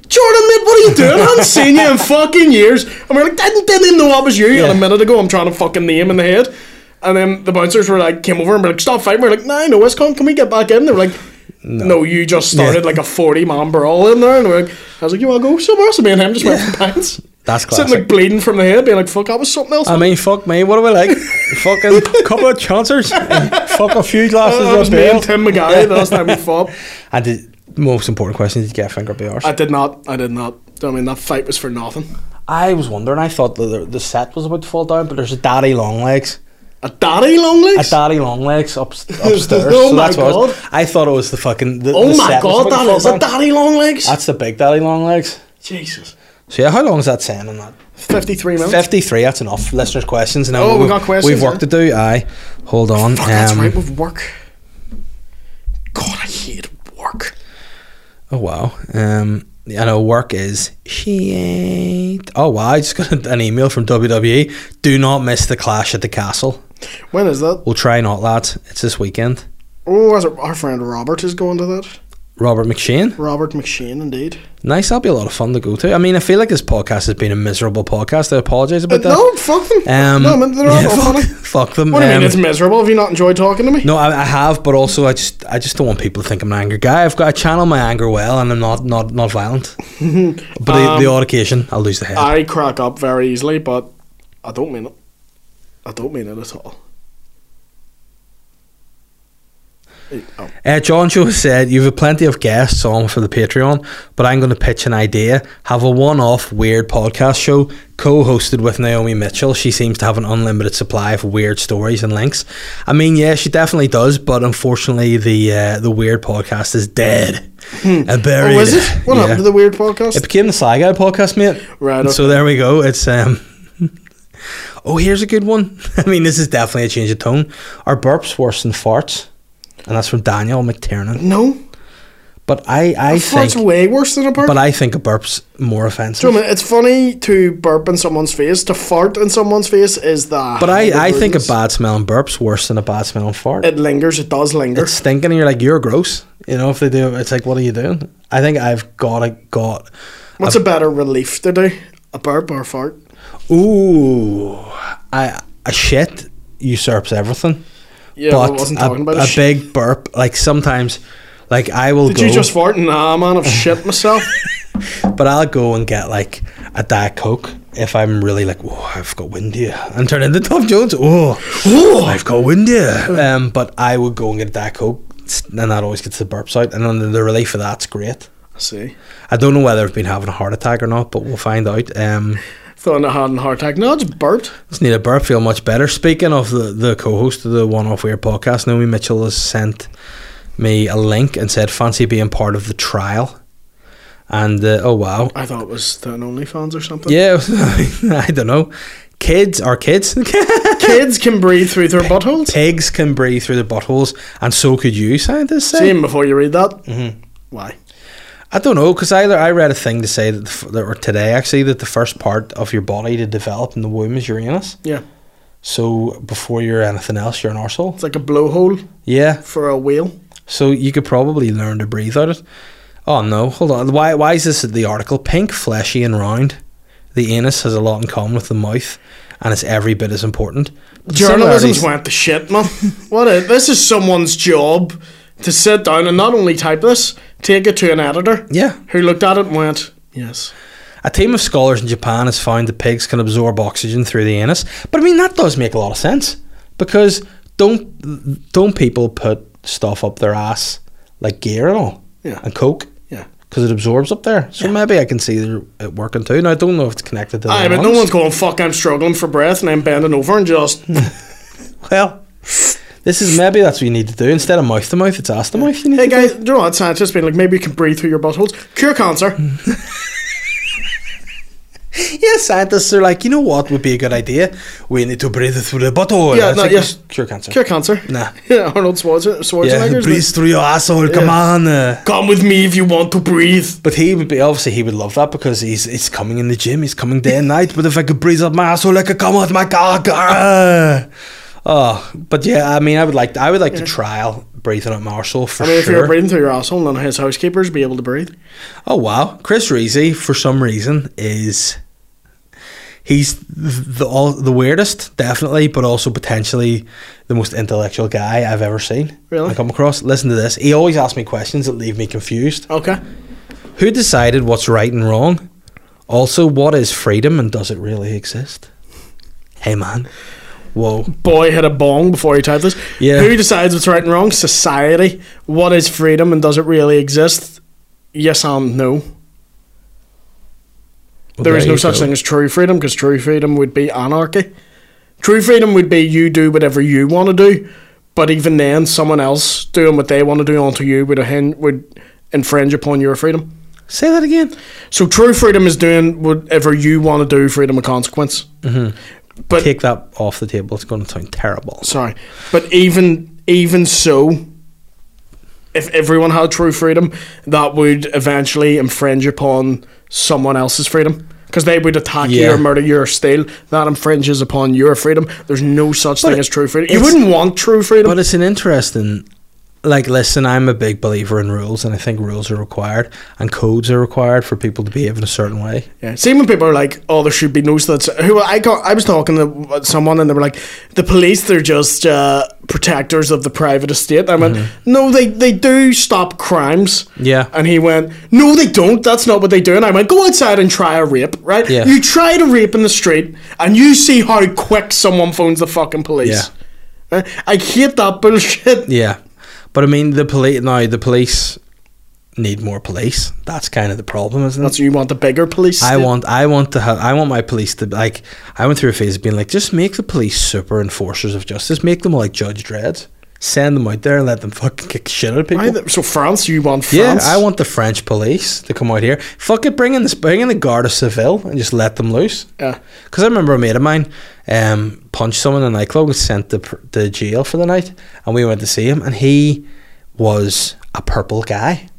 Speaker 3: Jordan, mate, what are you doing? I haven't seen you in fucking years. And we're like, didn't, didn't even know I was you. And a minute ago, I'm trying to fucking name in the head. And then the bouncers were like, came over and were like, stop fighting. We're like, nah, no, Westcon, can we get back in? They were like, no, you just started
Speaker 1: Yeah.
Speaker 3: like a 40 man brawl in there. And we're like, I was like, you want to go somewhere else? And me and him just went for pints.
Speaker 1: [LAUGHS] That's
Speaker 3: Sitting
Speaker 1: classic.
Speaker 3: like bleeding from the head, being like, fuck, that was something else.
Speaker 1: I mean, fuck me. What do we [LAUGHS] like? Fucking couple of chancers, and fuck a few glasses
Speaker 3: Uh, that was
Speaker 1: of
Speaker 3: me
Speaker 1: beer.
Speaker 3: and Tim McGuy the last
Speaker 1: [LAUGHS]
Speaker 3: time we fought.
Speaker 1: And the most important question: Did you get finger BRs?
Speaker 3: I did not. I did not. I mean, that fight was for nothing.
Speaker 1: I was wondering. I thought the, the- the set was about to fall down, but there's a daddy long legs,
Speaker 3: A daddy long
Speaker 1: a
Speaker 3: legs?
Speaker 1: daddy long legs [LAUGHS] up, upstairs.
Speaker 3: Oh
Speaker 1: so
Speaker 3: my
Speaker 1: that's what I, was-
Speaker 3: God.
Speaker 1: I thought it was the fucking. The,
Speaker 3: oh
Speaker 1: the
Speaker 3: my
Speaker 1: set was
Speaker 3: god,
Speaker 1: about to
Speaker 3: that
Speaker 1: fall
Speaker 3: is a
Speaker 1: down.
Speaker 3: daddy long legs.
Speaker 1: That's the big daddy long legs.
Speaker 3: Jesus.
Speaker 1: So yeah, how long is that saying on that?
Speaker 3: 53 minutes.
Speaker 1: Fifty-three. That's enough. Listeners' questions. Now
Speaker 3: Oh, we
Speaker 1: we've-
Speaker 3: got questions,
Speaker 1: We've work
Speaker 3: huh?
Speaker 1: to do. Aye, hold on.
Speaker 3: Fuck, that's
Speaker 1: um,
Speaker 3: right with work. God, I hate work.
Speaker 1: Oh wow. Um, I know work is she ain't. Oh wow! I just got an email from WWE. Do not miss the clash at the castle.
Speaker 3: When is that?
Speaker 1: We'll try not, lads. It's this weekend.
Speaker 3: Oh, as our our friend Robert is going to that.
Speaker 1: Robert McShane.
Speaker 3: Robert McShane, indeed.
Speaker 1: Nice. That'll be a lot of fun to go to. I mean, I feel like this podcast has been a miserable podcast. I apologise about
Speaker 3: But
Speaker 1: that.
Speaker 3: Uh, no, fuck them.
Speaker 1: Um,
Speaker 3: no, I mean, they're all
Speaker 1: yeah, [LAUGHS]
Speaker 3: all
Speaker 1: fuck,
Speaker 3: funny.
Speaker 1: fuck them.
Speaker 3: What do you mean
Speaker 1: Um,
Speaker 3: it's miserable? Have you not enjoyed talking to me?
Speaker 1: no, I, I have, but also I just I just don't want people to think I'm an angry guy. I've got I channel my anger well, and I'm not not not violent. but the, the odd occasion, I'll lose the head.
Speaker 3: [LAUGHS] Um, I crack up very easily, but I don't mean it. I don't mean it at all. Eh, Oh.
Speaker 1: Uh, John Joe said, You've had plenty of guests on for the Patreon, but I'm going to pitch an idea. Have a one off weird podcast show co hosted with Naomi Mitchell. She seems to have an unlimited supply of weird stories and links. I mean, yeah, she definitely does, but unfortunately, the uh, the weird podcast is dead and buried.
Speaker 3: oh, is
Speaker 1: [LAUGHS]
Speaker 3: it? What
Speaker 1: Yeah.
Speaker 3: happened to the weird podcast?
Speaker 1: It became the Sly Guy podcast, mate.
Speaker 3: Right,
Speaker 1: And So there we go. It's um. [LAUGHS] oh, here's a good one. [LAUGHS] I mean, this is definitely a change of tone. Are burps worse than farts? And that's from Daniel McTiernan.
Speaker 3: no,
Speaker 1: But I, I
Speaker 3: I
Speaker 1: think,
Speaker 3: fart's way worse than a burp.
Speaker 1: but I think a burp's more
Speaker 3: Do you
Speaker 1: offensive.
Speaker 3: know what I mean? It's funny to burp in someone's face. To fart in someone's face is the.
Speaker 1: But I, I think a
Speaker 3: about
Speaker 1: bad smelling burp's worse than a bad smelling fart.
Speaker 3: It lingers. It does linger.
Speaker 1: it's stinking, and you're like, you're gross. You know, if they do, it's like, what are you doing? I think I've got a got.
Speaker 3: What's a better relief to do? A burp or a fart?
Speaker 1: Ooh, I a shit usurps everything.
Speaker 3: Yeah,
Speaker 1: but
Speaker 3: I wasn't
Speaker 1: a,
Speaker 3: talking about
Speaker 1: a
Speaker 3: it.
Speaker 1: big burp. Like sometimes, like I will
Speaker 3: Did
Speaker 1: go,
Speaker 3: you just fart? Nah,
Speaker 1: [LAUGHS]
Speaker 3: man, I've shit myself.
Speaker 1: but I'll go and get like a diet coke if I'm really like, whoa, I've got windy, and turn into Tom Jones. Oh, oh, I've got windy.
Speaker 3: [LAUGHS]
Speaker 1: Um, but I would go and get a diet coke, and that always gets the burps out, and then the relief of that's great.
Speaker 3: I see.
Speaker 1: I don't know whether I've been having a heart attack or not, but we'll find out. Um,
Speaker 3: Thought I had a heart attack. No, it's burped.
Speaker 1: Just need a burp, feel much better. Speaking of the, the co host of the One Off Weird podcast, Naomi Mitchell has sent me a link and said, Fancy being part of the trial. And uh, oh, wow.
Speaker 3: I thought it was the OnlyFans or something.
Speaker 1: Yeah, [LAUGHS] I don't know. Kids are kids.
Speaker 3: Kids can breathe
Speaker 1: [LAUGHS]
Speaker 3: through their buttholes.
Speaker 1: Pigs can breathe through the buttholes, and so could you, scientists say.
Speaker 3: Same before you read that.
Speaker 1: Mm-hmm.
Speaker 3: Why?
Speaker 1: I don't know because I, I read a thing to say that, the, f- that or today actually that the first part of your body to develop in the womb is your anus.
Speaker 3: Yeah.
Speaker 1: So before you're anything else, you're an arsehole.
Speaker 3: It's like a blowhole
Speaker 1: Yeah,
Speaker 3: for a whale.
Speaker 1: So you could probably learn to breathe out it. Oh no, hold on. Why why is this the article? Pink, fleshy and round. The anus has a lot in common with the mouth and it's every bit as important. But the
Speaker 3: Journalism's
Speaker 1: similarities-
Speaker 3: went to shit, man. [LAUGHS] what a, this is someone's job to sit down and not only type this, take it to an editor
Speaker 1: Yeah.
Speaker 3: who looked at it and went, yes.
Speaker 1: A team of scholars in Japan has found that pigs can absorb oxygen through the anus. But I mean that does make a lot of sense. Because don't don't people put stuff up their ass like gear and all?
Speaker 3: Yeah.
Speaker 1: And coke?
Speaker 3: Yeah.
Speaker 1: Because it absorbs up there. So maybe I can see it working too. Now I don't know if it's connected to the
Speaker 3: Aye, but no
Speaker 1: lungs.
Speaker 3: one's going, fuck, I'm struggling for breath and I'm bending over
Speaker 1: [LAUGHS]
Speaker 3: and just,
Speaker 1: Well, this is maybe that's what you need to do. Instead of mouth to mouth, it's ass to mouth. You need
Speaker 3: hey
Speaker 1: to
Speaker 3: guys, do you know what? Scientists being like, maybe you can breathe through your buttholes. Cure cancer.
Speaker 1: Hmm. do. Yeah, scientists are like, you know what would be a good idea? We need to breathe through the butthole.
Speaker 3: Yeah,
Speaker 1: It's
Speaker 3: no,
Speaker 1: like,
Speaker 3: yes.
Speaker 1: Cure cancer.
Speaker 3: Cure cancer.
Speaker 1: Nah.
Speaker 3: [LAUGHS] Yeah, Arnold Schwarzen-
Speaker 1: yeah,
Speaker 3: Schwarzenegger's
Speaker 1: breathe
Speaker 3: like,
Speaker 1: through your asshole. Come on. uh.
Speaker 3: Come with me if you want to breathe.
Speaker 1: But he would be obviously he would love that because he's it's coming in the gym. He's coming day and night. But if I could breathe up my asshole, I could come out my cock. ah. Oh, but yeah, I mean, I would like I would like to trial breathing out my asshole for
Speaker 3: I mean, if
Speaker 1: sure.
Speaker 3: you're breathing through your asshole, none of his housekeepers be able to breathe.
Speaker 1: Oh wow, Chris Reezy for some reason is he's the all, the weirdest, definitely, but also potentially the most intellectual guy I've ever seen.
Speaker 3: Really?
Speaker 1: I come across. Listen to this. He always asks me questions that leave me confused.
Speaker 3: Okay.
Speaker 1: Who decided what's right and wrong? Also, what is freedom and does it really exist? Hey man. Whoa.
Speaker 3: Boy had a bong before he typed this.
Speaker 1: Yeah.
Speaker 3: Who decides what's right and wrong? Society. What is freedom and does it really exist? Yes and no.
Speaker 1: Well,
Speaker 3: there is no
Speaker 1: you
Speaker 3: such
Speaker 1: go.
Speaker 3: thing as true freedom because true freedom would be anarchy. True freedom would be you do whatever you want to do, but even then, someone else doing what they want to do onto you would, hen- would infringe upon your freedom.
Speaker 1: Say that again.
Speaker 3: So true freedom is doing whatever you want to do, freedom of consequence. But
Speaker 1: Take that off the table. It's going to sound terrible.
Speaker 3: sorry, but even even so, if everyone had true freedom, that would eventually infringe upon someone else's freedom because they would attack you
Speaker 1: Yeah.
Speaker 3: or murder you or steal. That infringes upon your freedom. There's no such
Speaker 1: But
Speaker 3: thing as true freedom. You
Speaker 1: it's-
Speaker 3: wouldn't want true freedom.
Speaker 1: But it's an interesting. Like, listen, I'm a big believer in rules, and I think rules are required, and codes are required for people to behave in a certain way.
Speaker 3: Yeah. See when people are like, "Oh, there should be no such." Who I got, I was talking to someone and they were like, "The police, they're just uh, protectors of the private estate." I went, "No, they they do stop crimes."
Speaker 1: Mm-hmm. Yeah.
Speaker 3: And he went, "No, they don't. That's not what they do." And I went, "Go outside and try a rape, right?
Speaker 1: Yeah.
Speaker 3: You try to rape in the street, and you see how quick someone phones the fucking police." Right? I hate that bullshit.
Speaker 1: Yeah, but I mean, the police now. The police need more police. That's kind of the problem, isn't
Speaker 3: That's
Speaker 1: it?
Speaker 3: what you want the bigger police.
Speaker 1: I
Speaker 3: state?
Speaker 1: want, I want to have, I want my police to like. I went through a phase of being like, just make the police super enforcers of justice. Make them like Judge Dredd. Send them out there and let them fucking kick shit out of people.
Speaker 3: Why the- so France. You want
Speaker 1: Yeah,
Speaker 3: France?
Speaker 1: I want the French police to come out here. Fuck it, bring in this, bring in the Guard of Seville and just let them loose.
Speaker 3: Yeah.
Speaker 1: Because I remember a mate of mine um, punched someone in a nightclub and sent to, pr- to jail for the night, and we went to see him, and he was a purple guy.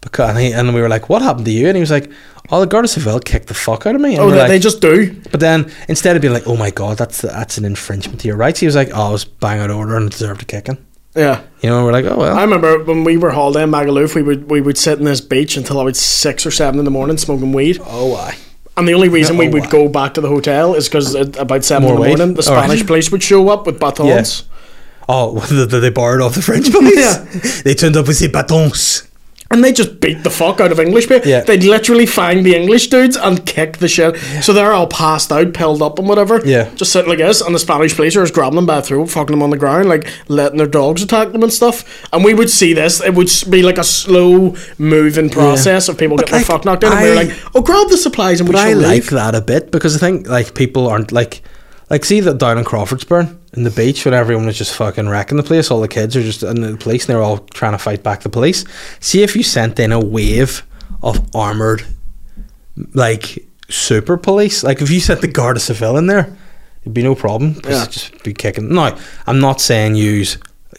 Speaker 1: Because and, he, and we were like, "What happened to you?" And he was like, "Oh, the Guard of Seville kicked the fuck out of me." And
Speaker 3: Oh,
Speaker 1: we were
Speaker 3: they,
Speaker 1: like-
Speaker 3: they just do.
Speaker 1: but then instead of being like, "Oh my god, that's that's an infringement to your rights," he was like, "Oh, I was bang out of order and deserved a kicking."
Speaker 3: Yeah.
Speaker 1: You know, and we're like, "Oh well."
Speaker 3: I remember when we were holidaying in Magaluf, we would we would sit in this beach until about six or seven in the morning smoking weed.
Speaker 1: oh, I.
Speaker 3: And the only reason we
Speaker 1: Oh,
Speaker 3: would
Speaker 1: wow.
Speaker 3: go back to the hotel is because at about seven
Speaker 1: More
Speaker 3: in the
Speaker 1: weed?
Speaker 3: morning, the
Speaker 1: All right.
Speaker 3: Spanish police would show up with batons.
Speaker 1: Oh, [LAUGHS] that they borrowed off the French police. They turned up with their batons.
Speaker 3: And they just beat the fuck out of English people.
Speaker 1: Yeah.
Speaker 3: They'd literally find the English dudes and kick the shit. So they're all passed out, pilled up, and whatever.
Speaker 1: Yeah.
Speaker 3: Just sitting like this, and the Spanish police are just grabbing them by the throat, fucking them on the ground, like letting their dogs attack them and stuff. And we would see this. It would s- be like a slow moving process of people
Speaker 1: But,
Speaker 3: getting their
Speaker 1: like,
Speaker 3: fuck knocked out. And we were
Speaker 1: I-
Speaker 3: like, oh, grab the supplies and we
Speaker 1: But
Speaker 3: shall
Speaker 1: I like
Speaker 3: leave.
Speaker 1: that a bit because I think like people aren't like like see that down in Crawfordsburn in the beach when everyone was just fucking wrecking the place. All the kids are just in the police and they're all trying to fight back the police. See if you sent in a wave of armored like super police. Like if you sent the Guard of Seville in there, it'd be no problem.
Speaker 3: Yeah.
Speaker 1: Just, just be kicking. No, I'm not saying use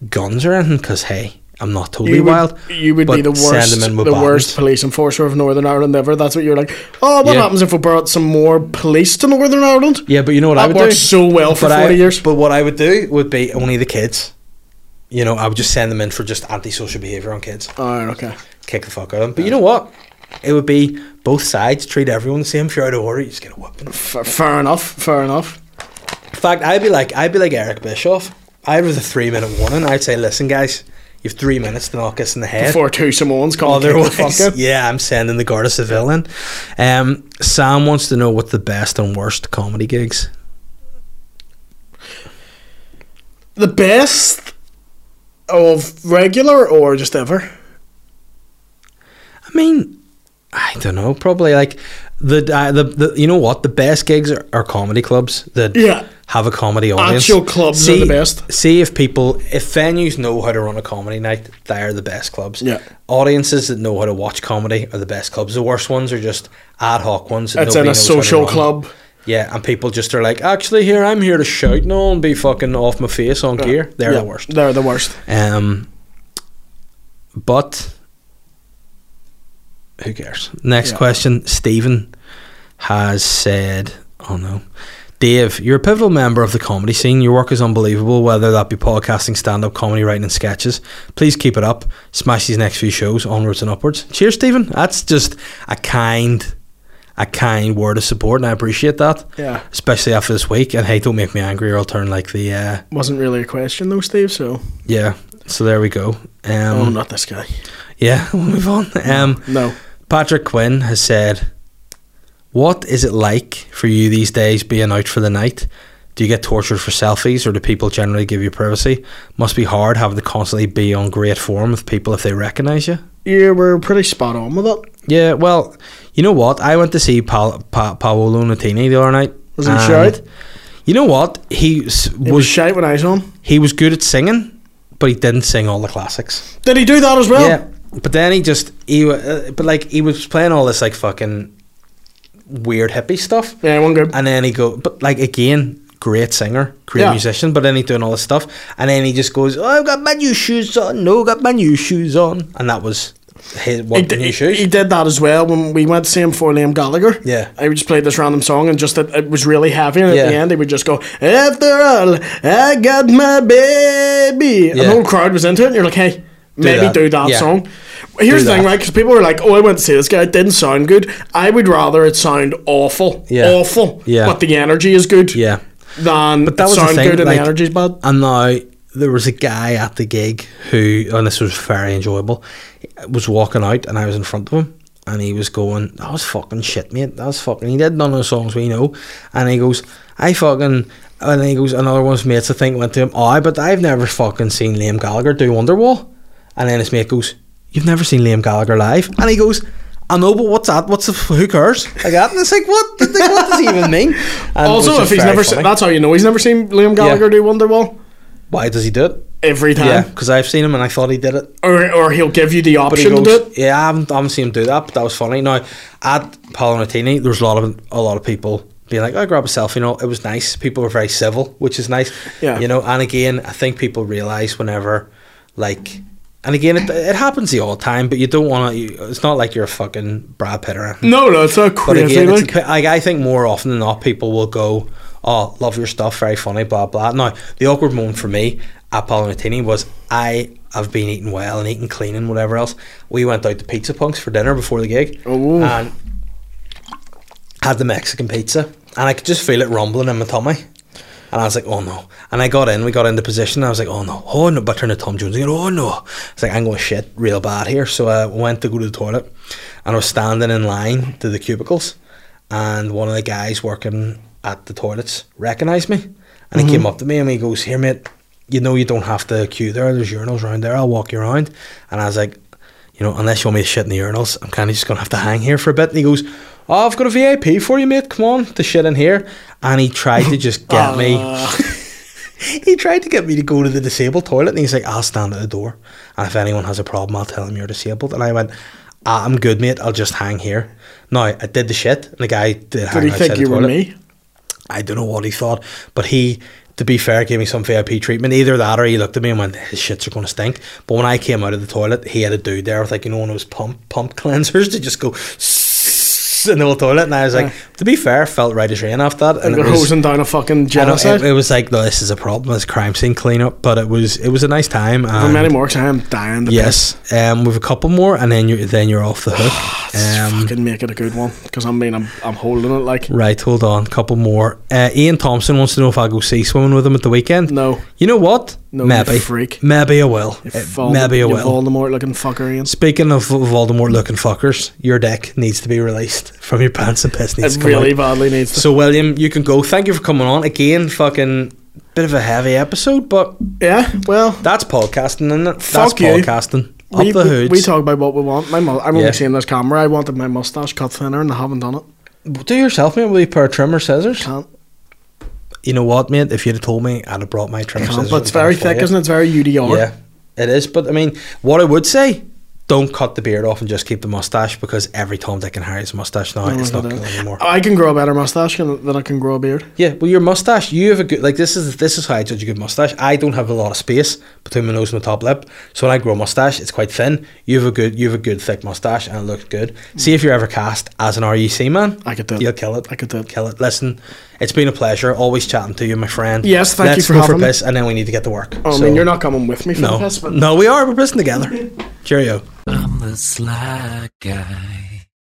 Speaker 1: guns or anything because hey. I'm not totally
Speaker 3: You would,
Speaker 1: wild.
Speaker 3: you would be
Speaker 1: but
Speaker 3: the
Speaker 1: send
Speaker 3: worst,
Speaker 1: them in
Speaker 3: the
Speaker 1: with batons.
Speaker 3: worst police enforcer of Northern Ireland ever. That's what you're like. Oh, what
Speaker 1: Yeah.
Speaker 3: happens if we brought some more police to Northern Ireland?
Speaker 1: Yeah, but you know what I
Speaker 3: That
Speaker 1: would
Speaker 3: worked
Speaker 1: do?
Speaker 3: so well for
Speaker 1: But I-
Speaker 3: 40 years.
Speaker 1: But what I would do would be only the kids. You know, I would just send them in for just antisocial behaviour on kids.
Speaker 3: All right, Oh, okay.
Speaker 1: Kick the fuck out of them. But you know what? It would be both sides treat everyone the same. If you're out of order, you just get a whooping. In
Speaker 3: F- fair enough. Fair enough.
Speaker 1: fact, I'd be like, I'd be like Eric Bischoff. I'd have a three minute warning. I'd say, listen, guys, you've three minutes to knock us in the head.
Speaker 3: Before two Samoans come and kick the fuck
Speaker 1: Otherwise, [LAUGHS]
Speaker 3: out.
Speaker 1: yeah, I'm sending the Garda Seville in. Um, Sam wants to know what the best and worst comedy gigs.
Speaker 3: The best of regular or just ever?
Speaker 1: I mean, I don't know. Probably like the uh, the, the you know what the best gigs are, are comedy clubs that
Speaker 3: Yeah.
Speaker 1: have a comedy audience.
Speaker 3: Actual clubs are
Speaker 1: see,
Speaker 3: the best.
Speaker 1: See if people if venues know how to run a comedy night, they are the best clubs.
Speaker 3: Yeah.
Speaker 1: Audiences that know how to watch comedy are the best clubs. The worst ones are just ad hoc ones. That
Speaker 3: It's
Speaker 1: nobody
Speaker 3: in a
Speaker 1: knows how to
Speaker 3: social
Speaker 1: run.
Speaker 3: club.
Speaker 1: Yeah, and people just are like, actually, here I'm here to shout and all and be fucking off my face on gear. They're
Speaker 3: Yeah,
Speaker 1: the worst.
Speaker 3: They're the worst.
Speaker 1: Um, but who cares? Next
Speaker 3: Yeah.
Speaker 1: question. Stephen has said, "Oh no, Dave, you're a pivotal member of the comedy scene. Your work is unbelievable, whether that be podcasting, stand-up comedy, writing, and sketches. Please keep it up. Smash these next few shows onwards and upwards. Cheers, Stephen. That's just a kind." a kind word of support, and I appreciate that.
Speaker 3: Yeah.
Speaker 1: Especially after this week, and hey, don't make me angry, or I'll turn like the uh,
Speaker 3: Wasn't really a question though, Steve. So
Speaker 1: yeah. So there we go. Um,
Speaker 3: oh, not this guy.
Speaker 1: Yeah, [LAUGHS] we'll move on. Um,
Speaker 3: No.
Speaker 1: Patrick Quinn has said, "What is it like for you these days being out for the night? Do you get tortured for selfies, or do people generally give you privacy? Must be hard having to constantly be on great form with people if they recognise you."
Speaker 3: Yeah, we're pretty spot on with it.
Speaker 1: Yeah, well, you know what? I went to see Paolo pa- Paolo Nutini the other night.
Speaker 3: Was he
Speaker 1: and
Speaker 3: shite?
Speaker 1: You know what? He s-
Speaker 3: It
Speaker 1: was,
Speaker 3: was shite when I saw him.
Speaker 1: he was good at singing, but he didn't sing all the classics.
Speaker 3: Did he do that as well?
Speaker 1: Yeah, but then he just he wa- uh, but like he was playing all this like fucking weird hippie stuff,
Speaker 3: Yeah, one good.
Speaker 1: and then he go but like again. Great singer, great
Speaker 3: Yeah.
Speaker 1: musician, but then he's doing all this stuff, and then he just goes, "Oh, I've got my new shoes on. No, I've got my new shoes on," and that was his
Speaker 3: He,
Speaker 1: what
Speaker 3: d-
Speaker 1: new
Speaker 3: he,
Speaker 1: shoes.
Speaker 3: he did that as well when we went to see him for Liam Gallagher.
Speaker 1: Yeah.
Speaker 3: I just played this random song and just that it was really heavy. And at
Speaker 1: Yeah.
Speaker 3: the end, he would just go, After all, I got my baby. And the
Speaker 1: Yeah.
Speaker 3: whole crowd was into it. And you're like, Hey, maybe
Speaker 1: that.
Speaker 3: do that
Speaker 1: Yeah.
Speaker 3: song. Here's
Speaker 1: Do
Speaker 3: the thing,
Speaker 1: that.
Speaker 3: right? Because people were like, Oh, I went to see this guy. It didn't sound good. I would rather it sound awful.
Speaker 1: Yeah.
Speaker 3: Awful.
Speaker 1: Yeah.
Speaker 3: But the energy is good.
Speaker 1: yeah,
Speaker 3: Than
Speaker 1: that
Speaker 3: but that
Speaker 1: was the
Speaker 3: sound
Speaker 1: thing,
Speaker 3: good and
Speaker 1: like-
Speaker 3: the energy's bad.
Speaker 1: and now there was a guy at the gig who, and this was very enjoyable, was walking out, and I was in front of him, and he was going, "That was fucking shit, mate. That was fucking." He did none of the songs we know, and he goes, "I fucking," and he goes, another one's mates I think went to him, "Oh, but I've never fucking seen Liam Gallagher do Wonderwall," and then his mate goes, "You've never seen Liam Gallagher live," and he goes. I know, but what's that? What's the f- who cares? Like that, and it's like what? Like, what does he even mean? And it was
Speaker 3: Also,
Speaker 1: just
Speaker 3: if he's
Speaker 1: very
Speaker 3: never
Speaker 1: funny.
Speaker 3: seen, that's how you know he's never seen Liam Gallagher do Wonderwall.
Speaker 1: why does he do it?
Speaker 3: Every time.
Speaker 1: Yeah, because I've seen him and I thought he did it.
Speaker 3: Or, or he'll give you the
Speaker 1: But he
Speaker 3: option to do it.
Speaker 1: goes, yeah, I haven't, I haven't seen him do that, but that was funny. Now, at Paolo Nutini, there was a lot of a lot of people being like, "I grab a selfie." You know, it was nice. People were very civil, which is nice.
Speaker 3: Yeah.
Speaker 1: You know, and again, I think people realise whenever, like, and again, it, it happens the odd time, but you don't want to. It's not like you're a fucking Brad Pitt or anything.
Speaker 3: No, no, it's not
Speaker 1: But
Speaker 3: crazy.
Speaker 1: again, it's
Speaker 3: like,
Speaker 1: a pi- like I think more often than not, people will go, "Oh, love your stuff, very funny, blah blah." Now, the awkward moment for me at Palantini was I have been eating well and eating clean and whatever else. We went out to Pizza Punks for dinner before the gig,
Speaker 3: Ooh.
Speaker 1: and had the Mexican pizza, and I could just feel it rumbling in my tummy. And I was like, oh no. And I got in, we got into position, and I was like, oh no, oh no. But I turned to Tom Jones, and oh no. I was like, I'm going to shit real bad here. So I went to go to the toilet, and I was standing in line to the cubicles, and one of the guys working at the toilets recognised me, and he came up to me and he goes, here mate, you know you don't have to queue there, there's urinals around there, I'll walk you around. And I was like, you know, unless you want me to shit in the urinals, I'm kind of just going to have to hang here for a bit. And he goes, Oh, I've got a VIP for you, mate. Come on, to shit in here. And he tried to just get me. [LAUGHS] he tried to get me to go to the disabled toilet. And he's like, I'll stand at the door. And if anyone has a problem, I'll tell them you're disabled. And I went, "Ah, I'm good, mate. I'll just hang here. Now, I did the shit. And the guy did,
Speaker 3: did
Speaker 1: hang
Speaker 3: he
Speaker 1: outside
Speaker 3: think
Speaker 1: the
Speaker 3: you were
Speaker 1: toilet.
Speaker 3: me?
Speaker 1: I don't know what he thought, but he, to be fair, gave me some VIP treatment. Either that or he looked at me and went, his shits are going to stink. But when I came out of the toilet, he had a dude there with, like, you know, one of those pump, pump [LAUGHS] cleansers to just go in the whole toilet. And I was like,
Speaker 3: Uh.
Speaker 1: to be fair, felt right as rain after that. And
Speaker 3: You're
Speaker 1: it was,
Speaker 3: hosing down a fucking
Speaker 1: I know,
Speaker 3: genocide.
Speaker 1: it, it was like, no, this is a problem. It's crime scene cleanup. But it was it was a nice time.
Speaker 3: For many
Speaker 1: And
Speaker 3: more time, dying to
Speaker 1: yes, um, we've a couple more, and then you're, then you're off the
Speaker 3: [SIGHS]
Speaker 1: hook.
Speaker 3: piss.
Speaker 1: Um,
Speaker 3: fucking make it a good one. Because I mean, I'm, I'm holding it like.
Speaker 1: right, hold on. couple more. Uh, Ian Thompson wants to know if I'll go sea swimming with him at the weekend.
Speaker 3: No.
Speaker 1: You know what?
Speaker 3: No, you
Speaker 1: maybe.
Speaker 3: freak.
Speaker 1: Maybe I will.
Speaker 3: You
Speaker 1: Uh,
Speaker 3: Vol-
Speaker 1: maybe I
Speaker 3: you
Speaker 1: will.
Speaker 3: Voldemort looking fucker Ian.
Speaker 1: Speaking of V- Voldemort looking fuckers, your dick needs to be released from your pants and piss needs
Speaker 3: It
Speaker 1: to come
Speaker 3: really
Speaker 1: out.
Speaker 3: badly needs to.
Speaker 1: So William, you can go. Thank you for coming on again. Fucking bit of a heavy episode, but
Speaker 3: yeah, well,
Speaker 1: that's podcasting, isn't it?
Speaker 3: Fuck
Speaker 1: that's
Speaker 3: you.
Speaker 1: podcasting. Up
Speaker 3: we,
Speaker 1: the
Speaker 3: we,
Speaker 1: hoods.
Speaker 3: we talk about what we want. My mu- I'm
Speaker 1: Yeah.
Speaker 3: only seeing this camera. I wanted my mustache cut thinner and I haven't done it.
Speaker 1: Do yourself, mate, with a pair of trimmer scissors.
Speaker 3: Can't.
Speaker 1: You know what, mate? If you'd have told me, I'd have brought my trimmer
Speaker 3: can't.
Speaker 1: scissors.
Speaker 3: But it's very thick, isn't it? It's very UDR.
Speaker 1: Yeah, it is. But I mean, what I would say, don't cut the beard off and just keep the mustache because every Tom, Dick, and Harry's mustache now
Speaker 3: No,
Speaker 1: it's
Speaker 3: I
Speaker 1: not
Speaker 3: don't.
Speaker 1: good anymore.
Speaker 3: I can grow a better mustache than than I can grow a beard.
Speaker 1: yeah, well, your mustache, you have a good like this is this is how I judge a good mustache. I don't have a lot of space between my nose and my top lip, so when I grow a mustache, it's quite thin. You have a good you have a good thick mustache and it looks good. See if you're ever cast as an RUC man.
Speaker 3: I could do it.
Speaker 1: You'll kill it.
Speaker 3: I could do it.
Speaker 1: Kill it. Listen, it's been a pleasure. Always chatting to you, my friend.
Speaker 3: Yes, thank you
Speaker 1: Let's
Speaker 3: for
Speaker 1: go
Speaker 3: having
Speaker 1: for
Speaker 3: me.
Speaker 1: piss, and then we need to get to work.
Speaker 3: Oh, I mean, you're not coming with me for
Speaker 1: No,
Speaker 3: this, but [LAUGHS]
Speaker 1: no, we are. We're pissing together. Cheerio.
Speaker 2: I'm the sly guy.